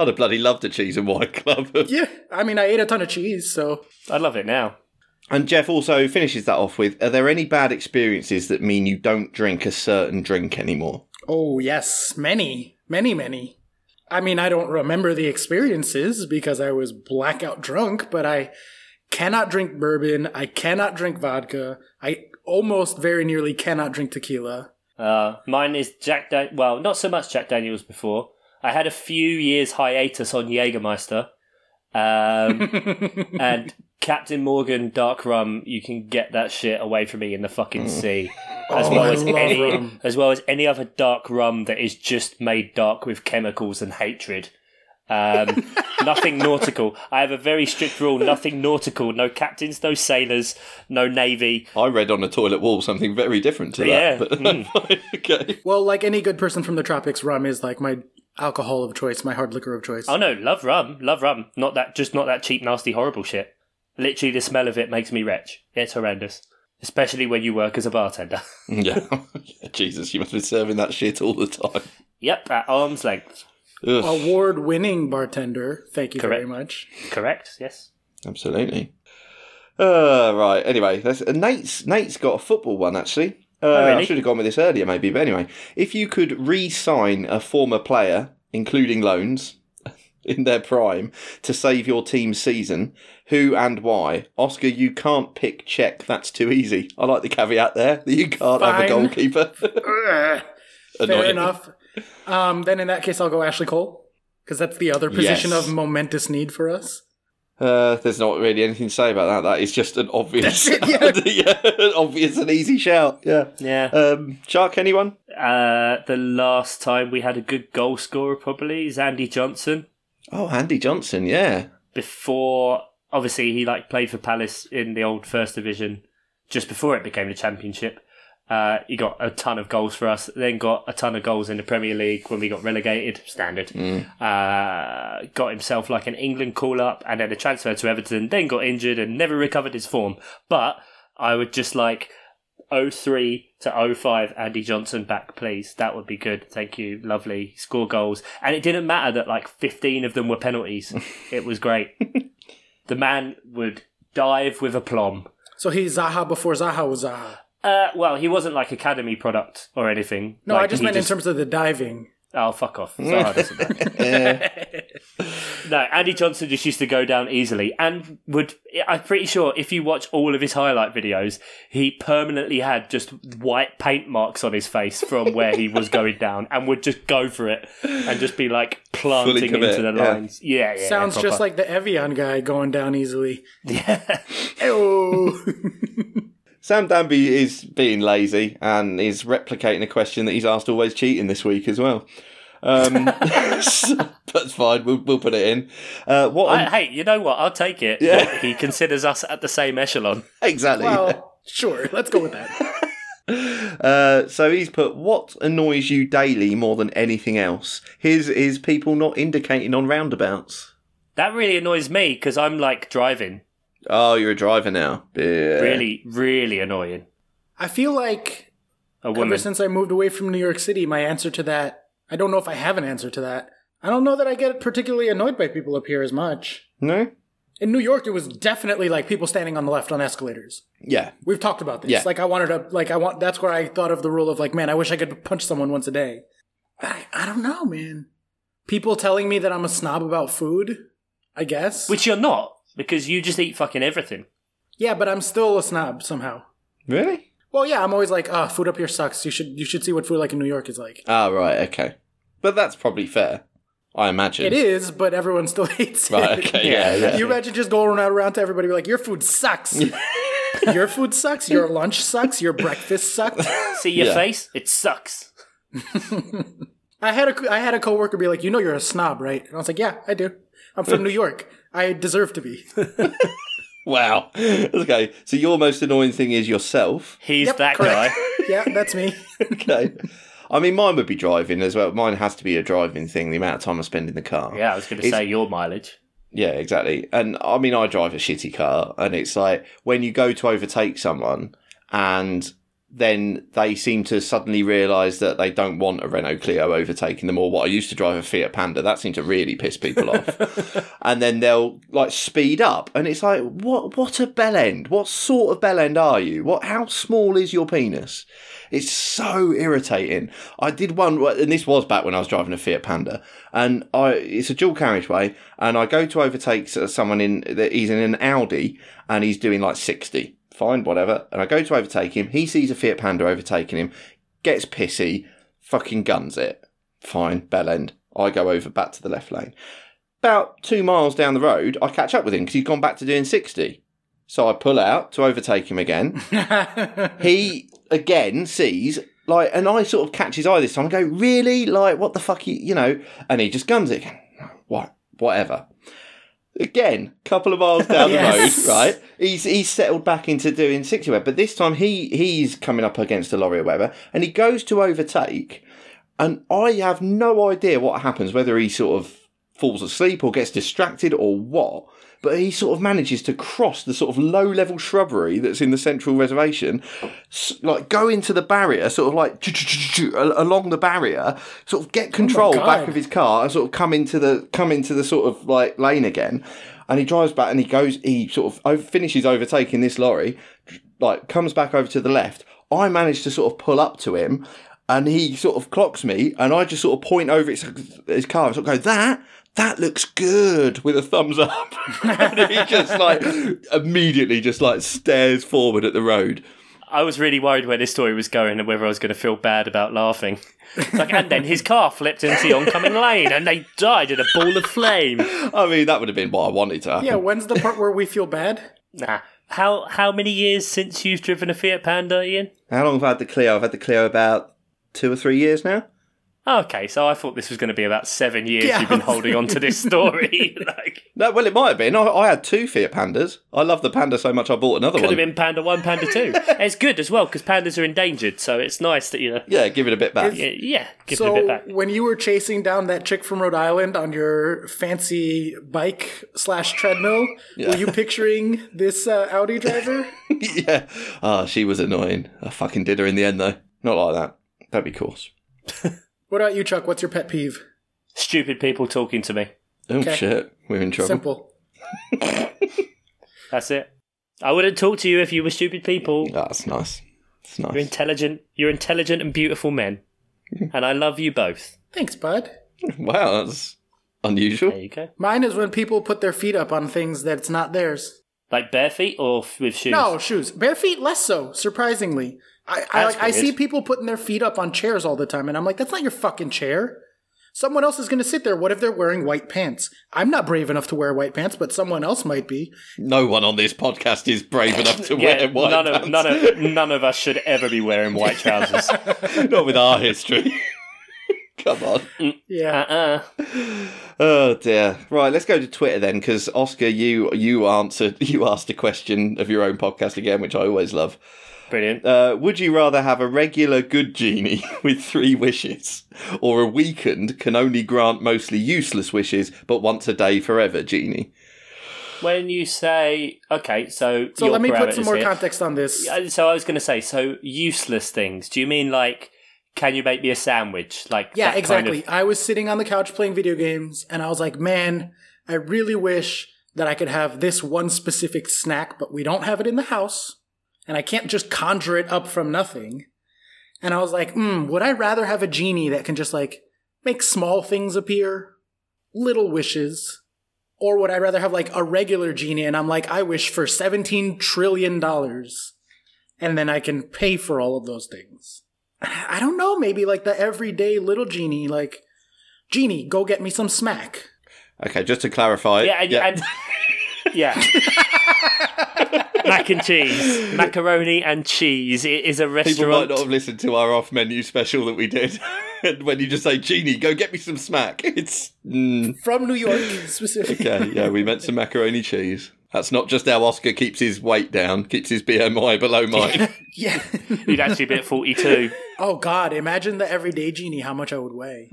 B: I'd have bloody loved a cheese and wine club.
A: yeah, I mean, I ate a ton of cheese, so
C: I love it now.
B: And Jeff also finishes that off with Are there any bad experiences that mean you don't drink a certain drink anymore?
A: Oh, yes. Many, many, many. I mean, I don't remember the experiences because I was blackout drunk, but I cannot drink bourbon. I cannot drink vodka. I almost very nearly cannot drink tequila.
C: Uh, mine is Jack. Dan- well, not so much Jack Daniels before. I had a few years hiatus on Jägermeister, um, and Captain Morgan Dark Rum. You can get that shit away from me in the fucking sea, as
B: Oh,
C: well
B: I
C: as
A: love
C: any,
A: rum.
C: as well as any other dark rum that is just made dark with chemicals and hatred. Um, nothing nautical. I have a very strict rule: nothing nautical. No captains, no sailors, no navy.
B: I read on a toilet wall something very different to that.
C: Yeah,
B: But,
A: hmm.
B: okay.
A: well, like any good person from the tropics, rum is like my alcohol of choice, my hard liquor of choice.
C: Oh no, love rum, love rum. Not that, just not that cheap, nasty, horrible shit. Literally, the smell of it makes me retch. It's horrendous, especially when you work as a bartender.
B: Yeah. Yeah, Jesus, you must be serving that shit all the time.
C: yep, at arm's length.
B: Ugh,
A: Award winning bartender. Thank you very
C: Correct.
A: much.
C: Correct. Yes.
B: Absolutely. Uh, right. Anyway, that's, uh, Nate's Nate's got a football one actually. Uh, I
A: Oh,
C: really?
B: should have gone with this earlier, maybe. But anyway, if you could re-sign a former player, including loans, in their prime, to save your team's season, who and why? Oscar, you can't pick Czech. That's too easy. I like the caveat there that you can't have
A: Fine.
B: a goalkeeper.
A: Fair
B: Annoying.
A: enough. Um, then in that case, I'll go Ashley Cole because that's the other position
B: Yes.
A: of momentous need for us.
B: Uh, there's not really anything to say about that. That is just an obvious,
A: That's
B: yeah, an obvious and easy shout. Yeah.
C: Yeah.
B: Um, Shark, anyone?
C: Uh, the last time we had a good goal scorer, probably is Andy Johnson.
B: Oh, Andy Johnson, yeah.
C: Before, obviously, he like played for Palace in the old First Division. Just before it became the Championship, uh, he got a ton of goals for us. Then got a ton of goals in the Premier League when we got relegated. Standard. uh, got himself like an England call up and then a transfer to Everton, then got injured and never recovered his form. But I would just like 03 to 05 Andy Johnson back, please. That would be good. Thank you. Lovely. Score goals. And it didn't matter that like 15 of them were penalties. it was great. the man would dive with aplomb.
A: So he's Zaha before Zaha was Zaha.
C: Uh, well, he wasn't like academy product or anything.
A: No, I
C: Like,
A: just
C: he
A: meant in terms of the diving.
C: Oh, fuck off. Zaha doesn't matter.
B: Eh,
C: No, Andy Johnson just used to go down easily and would. I'm pretty sure if you watch all of his highlight videos, he permanently had just white paint marks on his face from where he was going down and would just go for it and just be like planting
B: commit,
C: into the
B: yeah.
C: lines. Yeah, yeah. yeah,
A: Sounds just
C: proper.
A: like the Evian guy going down easily.
C: Yeah.
A: Oh,
B: Sam Danby is being lazy and is replicating a question that he's asked always cheating this week as well. Um, that's fine. We'll, we'll put it in. Uh, what
C: I,
B: on,
C: hey, you know what? I'll take it.
B: Yeah.
C: He considers us at the same echelon.
B: exactly?
A: well, sure. Let's go with that.
B: Uh, so he's put what annoys you daily more than anything else. His is people not indicating on roundabouts.
C: That really annoys me because I'm like driving.
B: Oh, you're a driver now. Yeah.
C: Really, really annoying.
A: I feel like
C: A
A: ever
C: woman.
A: since I moved away from New York City, my answer to that, I don't know if I have an answer to that. I don't know that I get particularly annoyed by people up here as much.
B: No.
A: In New York, it was definitely like people standing on the left on escalators.
B: Yeah.
A: We've talked about this.
B: Yeah.
A: Like I wanted to, like I want. That's where I thought of the rule of like, man, I wish I could punch someone once a day. I, I don't know, man. People telling me that I'm a snob about food. I guess.
C: Which you're not because you just eat fucking everything.
A: yeah, but I'm still a snob somehow.
B: Really?
A: Well, yeah, I'm always like, ah, food up here sucks. You should you should see what food like in New York is like.
B: Ah, right. Okay. But that's probably fair. I imagine
A: It is, but everyone still hates
B: Right.
A: it.
B: Okay.
C: Yeah,
B: Yeah. yeah.
A: You imagine just going around, around to everybody, be like, your food sucks. your food sucks. Your lunch sucks. Your breakfast sucks.
C: See your
B: Yeah.
C: face? It sucks.
A: I had a I had a coworker be like, "You know, you're a snob, right?" And I was like, "Yeah, I do. I'm from New York. I deserve to be."
B: Wow. Okay. So your most annoying thing is yourself.
C: He's
A: Yep,
C: that
A: correct.
C: guy.
A: yeah, that's me.
B: Okay. I mean, mine would be driving as well. Mine has to be a driving thing. The amount of time I spend in the car.
C: Yeah, I was going to
B: It's-
C: say your mileage.
B: Yeah, exactly. And I mean, I drive a shitty car, and it's like when you go to overtake someone, and then they seem to suddenly realise that they don't want a Renault Clio overtaking them, or what I used to drive a Fiat Panda. That seemed to really piss people off. and then they'll like speed up, and it's like, what? What a bell end! What sort of bell end are you? What? How small is your penis? It's so irritating. I did one, and this was back when I was driving a Fiat Panda, and I it's a dual carriageway, and I go to overtake s- someone in that he's in an Audi, and he's doing like sixty, fine, whatever, and I go to overtake him. He sees a Fiat Panda overtaking him, gets pissy, fucking guns it. Fine, bell end. I go over back to the left lane. About two miles down the road, I catch up with him because he's gone back to doing 60. So I pull out to overtake him again. he again sees, like, and I sort of catch his eye this time and go, Really? Like, what the fuck? You, you know? And he just guns it again. What? Whatever. Again, couple of miles down
A: Yes.
B: the road, right? He's he's settled back into doing 60 web, but this time he he's coming up against a lorry or whatever, and he goes to overtake, and I have no idea what happens, whether he sort of falls asleep or gets distracted or what. But he sort of manages to cross the sort of low level shrubbery that's in the central reservation, s- like go into the barrier, sort of like al- along the barrier, sort of get control back
A: God.
B: of his car and sort of come into the come into the sort of like lane again. And he drives back and he goes, he sort of over, finishes overtaking this lorry, like comes back over to the left. I manage to sort of pull up to him, and he sort of clocks me, and I just sort of point over his, his car and sort of go that. That looks good with a thumbs up. and he just like immediately just like stares forward at the road.
C: I was really worried where this story was going and whether I was going to feel bad about laughing. It's like, and then his car flipped into the oncoming lane and they died in a ball of flame.
B: I mean, that would have been what I wanted to happen.
A: yeah, when's the part where we feel bad?
C: Nah. How how many years since you've driven a Fiat Panda, Ian?
B: How long have I had the Clio? I've had the Clio about two or three years now.
C: Okay, so I thought this was going to be about seven years
A: Yeah.
C: you've been holding on to this story. like,
B: No, well, it might have been. I, I had two Fiat Pandas. I love the Panda so much I bought another
C: could
B: one.
C: have been Panda 1, Panda 2. it's good as well because pandas are endangered, so it's nice that, you know,
B: Yeah, give it a bit back.
C: y- yeah, give it a bit
A: So
C: back.
A: when you were chasing down that chick from Rhode Island on your fancy bike slash treadmill, were you picturing this uh, Audi driver?
B: yeah. Ah, she was annoying. I fucking did her in the end, though. Not like that. That'd be coarse.
A: what about you, Chuck? What's your pet peeve?
C: Stupid people talking to me.
B: Oh,
A: Okay.
B: shit. We're in trouble.
A: Simple.
C: That's it. I wouldn't talk to you if you were stupid people.
B: Ah, That's nice. That's
C: You're
B: nice.
C: intelligent. You're intelligent and beautiful men, and I love you both.
A: Thanks, bud.
B: wow, that's
C: There
B: unusual.
C: you go.
A: Mine is when people put their feet up on things that's not theirs.
C: Like bare feet or f- with shoes.
A: No, shoes. Bare feet, less so, surprisingly. I, I,
C: That's
A: like, I
C: weird.
A: see people putting their feet up on chairs all the time, and I'm like, that's not your fucking chair. Someone else is going to sit there. What if they're wearing white pants? I'm not brave enough to wear white pants, but someone else might be.
B: No one on this podcast is brave enough to
C: Yeah,
B: wear white
C: none
B: pants.
C: of none of none of us should ever be wearing white trousers. uh
B: Not with our history. Come on.
A: Yeah.
C: uh
B: Oh dear. Right, let's go to Twitter then, because Oscar, you you answered you asked a question of your own podcast again, which I always love.
C: Brilliant.
B: Uh, would you rather have a regular good genie with three wishes, or a weakened can only grant mostly useless wishes, but once a day forever genie?
C: When you say okay, so
A: So
C: your
A: let me put
C: parameters
A: some more
C: here.
A: context on this.
C: Uh, So I was going to say, so useless things. Do you mean like, can you make me a sandwich? Like that
A: Yeah,
C: kind of-
A: exactly. I was sitting on the couch playing video games, and I was like, man, I really wish that I could have this one specific snack, but we don't have it in the house, and I can't just conjure it up from nothing. And I was like, hmm, would I rather have a genie that can just like make small things appear, little wishes, or would I rather have like a regular genie and I'm like, I wish for $17 trillion, and then I can pay for all of those things? I don't know, maybe like the everyday little genie, like, genie, go get me some smack.
B: Okay, just to clarify.
C: Yeah, and, and yeah. Mac and cheese, macaroni and cheese. It is a
B: People might
C: restaurant.
B: not have listened to our off menu special that we did. And when you just say, Genie, go get me some smack. It's. Mm,
A: From New York, specifically.
B: okay, yeah, we meant some macaroni cheese. That's not just how Oscar keeps his weight down, keeps his BMI below mine.
A: Yeah.
C: You'd actually be at forty-two.
A: oh, God, imagine the everyday genie, how much I would weigh.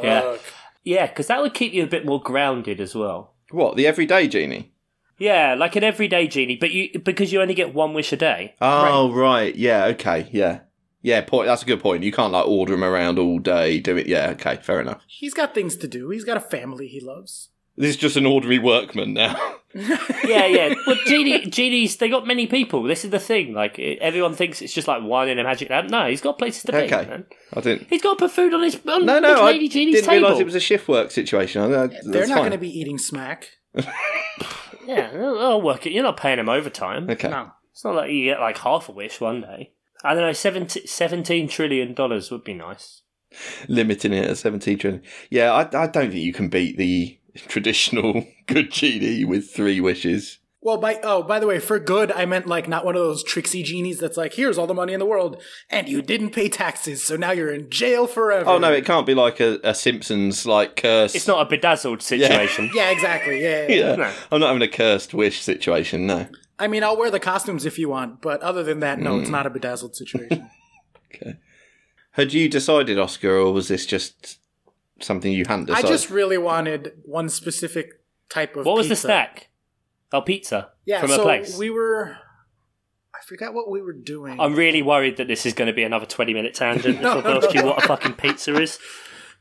C: yeah, yeah, because that would keep you a bit more grounded as well.
B: what, the everyday Genie?
C: Yeah, like an everyday genie, but you because you only get one wish a day.
B: Oh right. yeah, okay, yeah, yeah. Point. That's a good point. You can't like order them around all day. Do it. Yeah, okay, fair enough.
A: He's got things to do, he's got a family he loves.
B: This is just an ordinary workman now.
C: Yeah, yeah. Well, genie, genies they got many people. This is the thing. Like eh, everyone thinks it's just like one in a magic lamp. No, he's got places to
B: Okay.
C: be. Man.
B: I didn't.
C: He's got to put food on his on
B: No, no,
C: rich
B: I
C: lady genie's
B: didn't
C: table.
B: realise it was a shift work situation. I, I,
A: They're not going to be eating smack.
C: Yeah, I'll I'll work it. You're not paying him overtime.
B: Okay.
A: No.
C: It's not like you get like half a wish one day. I don't know, 17, 17 trillion dollars would be nice.
B: limiting it at 17 trillion. Yeah, I, I don't think you can beat the traditional good genie with three wishes.
A: Well, by oh, by the way, for good, I meant like not one of those tricksy genies that's like, here's all the money in the world, and you didn't pay taxes, so now you're in jail forever.
B: Oh no, it can't be like a, a Simpsons like curse.
C: It's not a bedazzled situation.
A: yeah, exactly. Yeah, yeah, yeah.
B: Yeah,
C: no.
B: I'm not having a cursed wish situation. No.
A: I mean, I'll wear the costumes if you want, but other than that, no, it's not a bedazzled situation.
B: Had you decided, Oscar, or was this just something you hadn't
A: I
B: decided?
A: just really wanted one specific type of.
C: What was the
A: pizza.
C: snack? Oh, pizza.
A: Yeah,
C: from
A: so
C: a place. Um,
A: we were. I forgot what we were doing.
C: I'm really worried that this is going to be another 20 minute tangent. no, I've asked you what a fucking pizza is.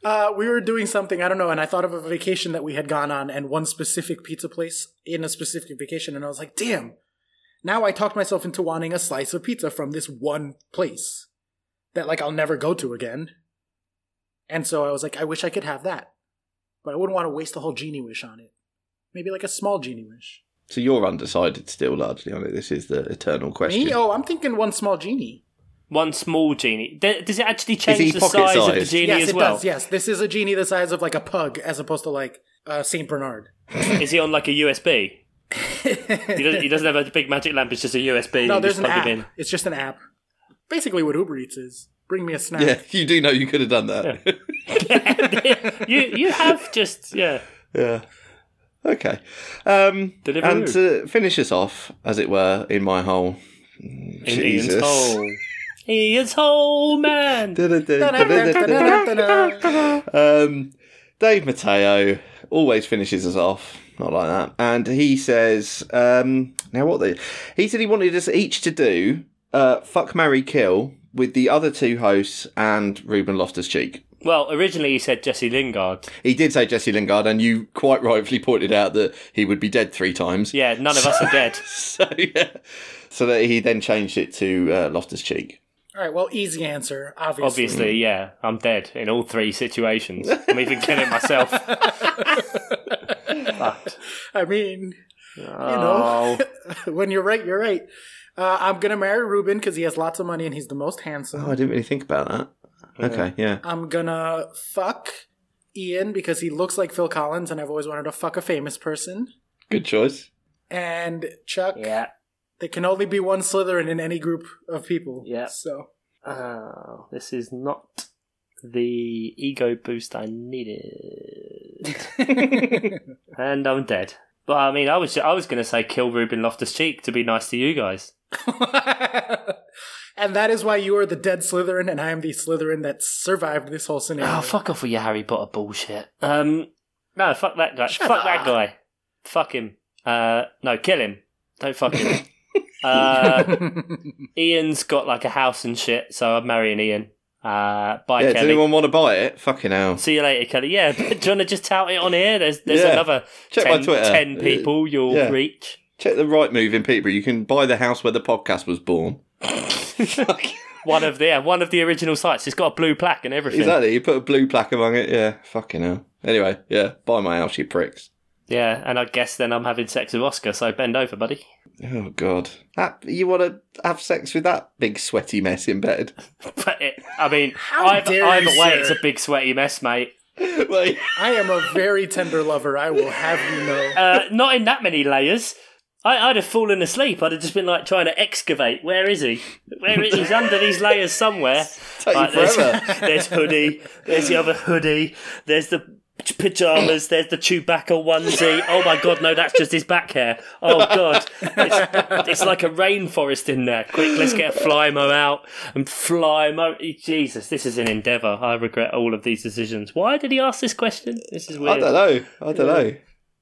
A: Uh, we were doing something I don't know, and I thought of a vacation that we had gone on, and one specific pizza place in a specific vacation, and I was like, "Damn!" Now I talked myself into wanting a slice of pizza from this one place that, like, I'll never go to again. And so I was like, "I wish I could have that," but I wouldn't want to waste the whole genie wish on it. Maybe like a small genie wish.
B: so you're undecided still, largely on it. This is the eternal question.
A: Me? Oh, I'm thinking one small genie.
C: One small genie. D- Does it actually change
B: he
C: the
B: pocket
C: size of the
B: sized?
C: genie
A: yes,
C: as
A: it
C: well?
A: does. Yes, this is a genie the size of like a pug, as opposed to like uh, Saint Bernard.
C: Is he on like a USB? he, doesn't, he doesn't have a big magic lamp, it's just a USB.
A: No,
C: and you
A: there's
C: just
A: an
C: plug
A: app.
C: it in.
A: It's just an app. Basically, what Uber Eats is. Bring me a snack.
B: Yeah, you do know you could have done that.
C: you you have just yeah.
B: Yeah. Okay. Um,
C: Deliveroo.
B: and to finish us off, as it were, in my hole.
C: In Ian's hole. Ian's hole man.
B: um, Dave Mateo always finishes us off. Not like that. And he says, um, now what the. He said he wanted us each to do uh, Fuck Marry Kill with the other two hosts and Ruben Loftus Cheek.
C: Well, originally he said Jesse Lingard.
B: He did say Jesse Lingard, and you quite rightfully pointed out that he would be dead three times.
C: Yeah, none of us are dead.
B: So yeah, so that he then changed it to uh, Loftus Cheek.
A: All right. Well, easy answer. Obviously.
C: Obviously, yeah, I'm dead in all three situations. I'm even killing myself. Fucked.
A: I mean,
C: Oh.
A: when you're right, you're right. Uh, I'm gonna marry Ruben because he has lots of money and he's the most handsome.
B: Oh, I didn't really think about that. Okay, yeah.
A: I'm gonna fuck Ian because he looks like Phil Collins and I've always wanted to fuck a famous person.
B: Good choice.
A: And Chuck,
C: Yeah.
A: there can only be one Slytherin in any group of people.
C: Yeah.
A: So
C: Oh, this is not the ego boost I needed. and I'm dead. But I mean, I was I was going to say kill Ruben Loftus Cheek to be nice to you guys.
A: and that is why you are the dead Slytherin, and I am the Slytherin that survived this whole scenario.
C: Oh, fuck off with your Harry Potter bullshit. Um, no, fuck that guy. fuck that guy. Fuck him. Uh, no, kill him. Don't fuck him. uh, Ian's got like a house and shit, so I'm marrying Ian. Uh, bye,
B: yeah, does
C: Kelly.
B: anyone want to buy it? Fucking hell.
C: See you later, Kelly. Yeah, do you want to just tout it on here? There's there's
B: Yeah.
C: another
B: Check
C: 10,
B: my Twitter.
C: 10 people you'll
B: Yeah.
C: reach.
B: Check the right move in Peterborough. You can buy the house where the podcast was born.
C: One of the yeah, one of the original sites. It's got a blue plaque and everything.
B: Exactly. You put a blue plaque among it. Yeah. Fucking hell. Anyway, yeah. Buy my house, you pricks.
C: Yeah, and I guess then I'm having sex with Oscar. So bend over, buddy.
B: Oh God. That, you want to have sex with that big sweaty mess in bed?
C: But it, I mean,
A: How
C: either,
A: dare
C: either
A: you,
C: way,
A: sir.
C: it's a big sweaty mess, mate.
B: Like-
A: I am a very tender lover. I will have you know.
C: Uh, not in that many layers. I, I'd have fallen asleep. I'd have just been like trying to excavate. Where is he? Where is he's under these layers somewhere?
B: Take you
C: Like, there's,
B: forever.
C: there's hoodie. There's the other hoodie. There's the pajamas. There's the Chewbacca onesie. Oh my god, no, that's just his back hair. Oh god, it's, it's like a rainforest in there. Quick, let's get a Flymo out and Flymo. Jesus, this is an endeavour. I regret all of these decisions. Why did he ask this question? This is weird.
B: I don't know. I don't know.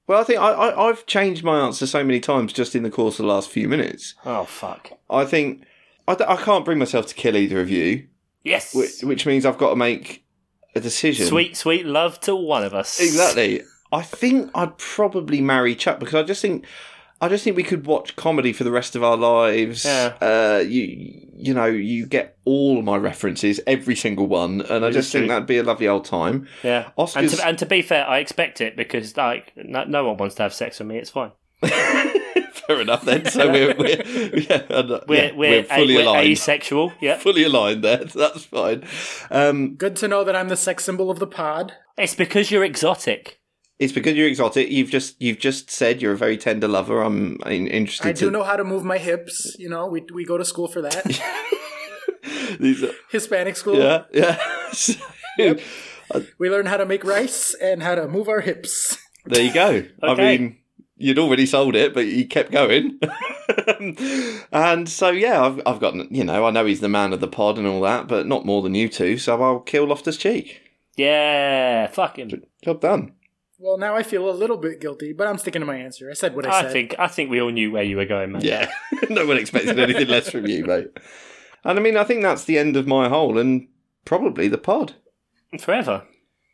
B: Well, I think I, I, I've changed my answer so many times just in the course of the last few minutes.
C: Oh fuck.
B: I think I, d- I can't bring myself to kill either of you,
C: Yes.
B: which, which means I've got to make a decision.
C: Sweet, sweet love to one of us.
B: Exactly. I think I'd probably marry Chuck because I just think I just think we could watch comedy for the rest of our lives.
C: Yeah.
B: Uh, you you know you get all my references, every single one, and I
C: It
B: just
C: is
B: think
C: true.
B: that'd be a lovely old time.
C: Yeah. And
B: Oscar's-
C: to, and to be fair, I expect it because like no, no one wants to have sex with me. It's fine.
B: Fair enough then. So we're we're yeah, and, uh,
C: We're
B: yeah,
C: we're,
B: we're fully
C: a, we're
B: aligned.
C: asexual. Yeah,
B: Fully aligned there. That's fine. Um,
A: Good to know that I'm the sex symbol of the pod.
C: it's because you're exotic.
B: it's because you're exotic. You've just you've just said you're a very tender lover. I'm in- interested.
A: I do
B: to,
A: know how to move my hips. You know, we we go to school for that.
B: These are-
A: Hispanic school.
B: yeah, yeah. So,
A: We learn how to make rice and how to move our hips.
B: There you go. I
C: Okay.
B: mean, you'd already sold it, but you kept going. and so, yeah, I've, I've got, you know, I know he's the man of the pod and all that, but not more than you two, so I'll kill Loftus Cheek.
C: Yeah, fuck him.
B: Job done.
A: Well, now I feel a little bit guilty, but I'm sticking to my answer. I said what I
C: I
A: said.
C: think I think we all knew where you were going, man.
B: Yeah. no one expected anything less from you, mate. And I mean, I think that's the end of my hole and probably the pod.
C: Forever.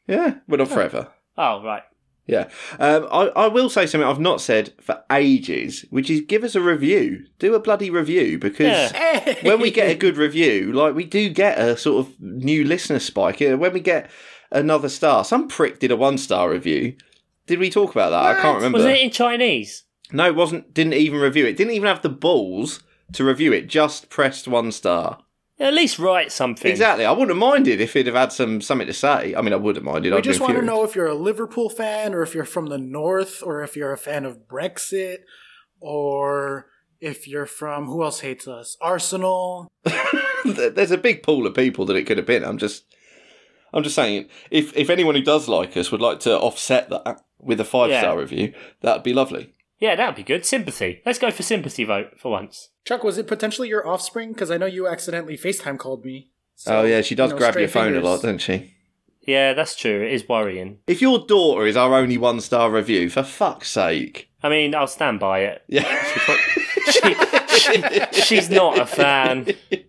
B: Yeah. Well, not forever.
C: Oh right.
B: Yeah. Um, I, I will say something I've not said for ages, which is give us a review. Do a bloody review because.
C: Yeah.
A: Hey!
B: when we get a good review, like we do get a sort of new listener spike. Uh, When we get another star, some prick did a one star review. Did we talk about that? I can't remember.
C: Was it in Chinese?
B: No, it wasn't. Didn't even review it. Didn't even have the balls to review it. Just pressed one star.
C: At least write something.
B: Exactly. I wouldn't have minded if he'd have had some something to say. I mean, I would have minded.
A: we
B: I'd
A: just
B: been
A: want to
B: furious.
A: know if you're a Liverpool fan or if you're from the north or if you're a fan of Brexit or if you're from who else hates us? Arsenal.
B: There- There's a big pool of people that it could have been. I'm just, I'm just saying. If if anyone who does like us would like to offset that with a five star review, that'd be lovely.
C: Yeah, that'd be good. Sympathy. Let's go for sympathy vote for once.
A: Chuck, was it potentially your offspring? Because I know you accidentally FaceTime called me. So,
B: oh yeah, she does
A: you know,
B: grab
A: stray
B: your phone
A: fingers.
B: a lot, doesn't she?
C: Yeah, that's true. It is worrying.
B: If your daughter is our only one star review, for fuck's sake.
C: I mean, I'll stand by it.
B: Yeah.
C: She, she, she's not a fan.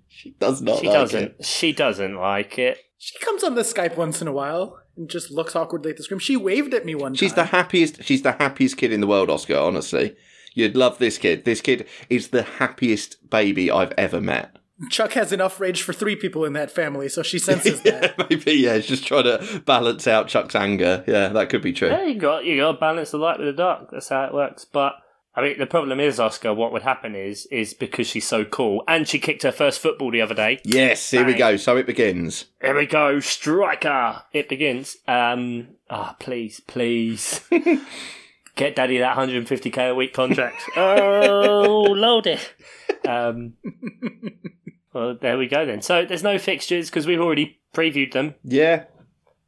B: she does not
C: She
B: like
C: doesn't.
B: it.
C: She doesn't like it.
A: She comes on the Skype once in a while and just looks awkwardly at the screen. She waved at me one
B: She's the
A: time.
B: happiest she's the happiest kid in the world, Oscar, honestly. You'd love this kid. This kid is the happiest baby I've ever met.
A: Chuck has enough rage for three people in that family, so she senses that.
B: Maybe, yeah, it's just trying to balance out Chuck's anger. Yeah, that could be true.
C: Yeah, you got you got to balance the light with the dark. That's how it works. But I mean, the problem is, Oscar. What would happen is is because she's so cool, and she kicked her first football the other day.
B: Yes, here we
C: Bang.
B: go. So it begins.
C: Here we go, striker. It begins. Um, ah, please, please. Get daddy that 150k a week contract. oh, load it. Um, well, there we go then. So there's no fixtures because we've already previewed them.
B: Yeah.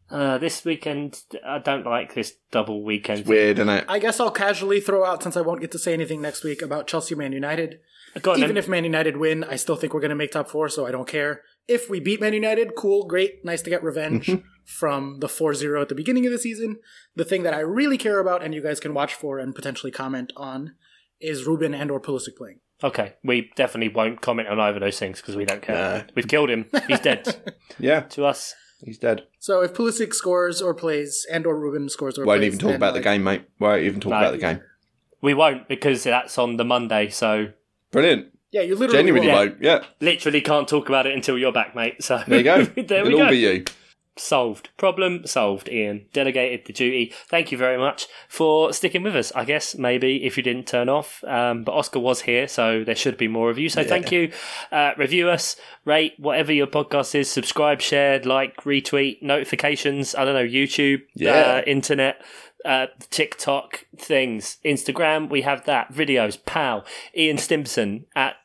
C: Uh, this weekend, I don't like this double weekend.
B: Weird, isn't it?
A: I guess I'll casually throw out, since I won't get to say anything next week about Chelsea Man United.
C: Go on then.
A: Even if Man United win, I still think we're going to make top four, so I don't care. If we beat Man United, cool, great, nice to get revenge
B: Mm-hmm.
A: from the 4 0 at the beginning of the season. The thing that I really care about, and you guys can watch for and potentially comment on, is Ruben and or Pulisic playing.
C: Okay, we definitely won't comment on either of those things because we don't care.
B: No.
C: We've killed him. He's dead
B: Yeah,
C: to us.
B: he's dead.
A: So if Pulisic scores or plays, and or Ruben scores or
B: Won't
A: plays,
B: even talk
A: then,
B: about the
A: like,
B: game, mate. Won't even talk
C: No.
B: about the game.
C: We won't because that's on the Monday, so
B: Brilliant.
A: Yeah, you literally
B: Genuinely
A: won't.
B: won't. Yeah.
C: literally can't talk about it until you're back, mate. So
B: There you go.
C: there we
B: It'll
C: go.
B: all be you.
C: Solved. Problem solved, Ian. Delegated the duty. Thank you very much for sticking with us. I guess maybe if you didn't turn off, um, but Oscar was here, so there should be more of you. So thank you. Uh, review us, rate whatever your podcast is, subscribe, share, like, retweet, notifications. I don't know, YouTube,
B: Yeah.
C: uh, internet. Uh, TikTok things, Instagram, we have that. Videos, pal. Ian Stimson at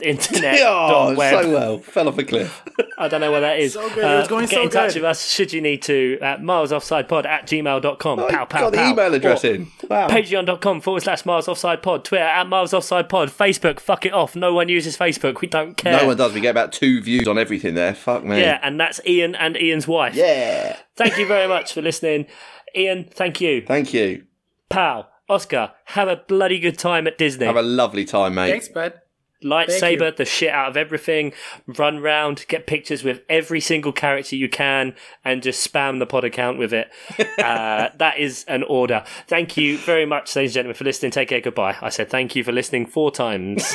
C: internet.
B: Oh,
C: dot web.
B: so well. Fell off a cliff.
C: I don't know where that is. Uh,
A: So good. It was going
C: get
A: so
C: in touch
A: good.
C: with us should you need to at milesoffsidepod at gmail.com.
B: Oh,
C: pow, pow,
B: got the
C: pow.
B: email address in. Wow.
C: Patreon.com forward slash miles offside pod, Twitter at miles offside pod, Facebook, fuck it off. No one uses Facebook. We don't care.
B: No one does. We get about two views on everything there. Fuck me.
C: Yeah, and that's Ian and Ian's wife.
B: Yeah.
C: Thank you very much for listening. Ian, thank you.
B: Thank you.
C: Pal, Oscar, have a bloody good time at Disney.
B: Have a lovely time, mate.
A: Thanks, bud. Thank you.
C: Lightsaber the shit out of everything, run round, get pictures with every single character you can, and just spam the pod account with it. uh, that is an order. Thank you very much, ladies and gentlemen, for listening. Take care. Goodbye. I said thank you for listening four times.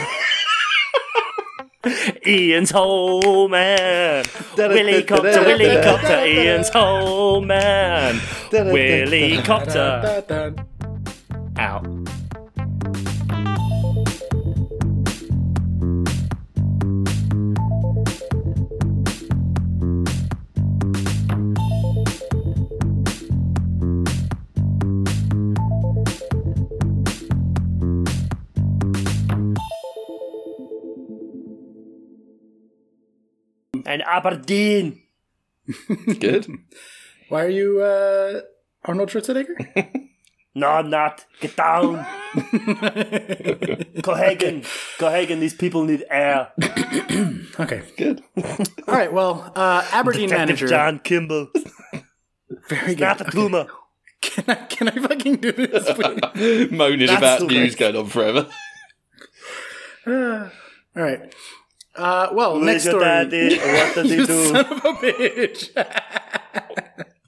C: Ian's home man. Willy copter, Willy copter, Ian's home man. Willy copter.
A: Dun, dun, dun.
C: Out. and Aberdeen.
B: Good.
A: Why are you uh, Arnold Schwarzenegger?
C: No, I'm not. Get down. Cohagen. Cohagen, these people need air.
A: Okay.
B: Good.
A: All right. Well, uh, Aberdeen manager.
C: Detective John Kimball.
A: Very good.
C: Not a Puma.
A: Can I, can I fucking do this, please?
B: Moaning
C: That's
B: about
C: the
B: news
C: worst.
B: going on forever.
A: All right. Uh, well,
C: Who
A: next
C: is your
A: story.
C: daddy? What does he
A: You
C: do?
A: son of a bitch.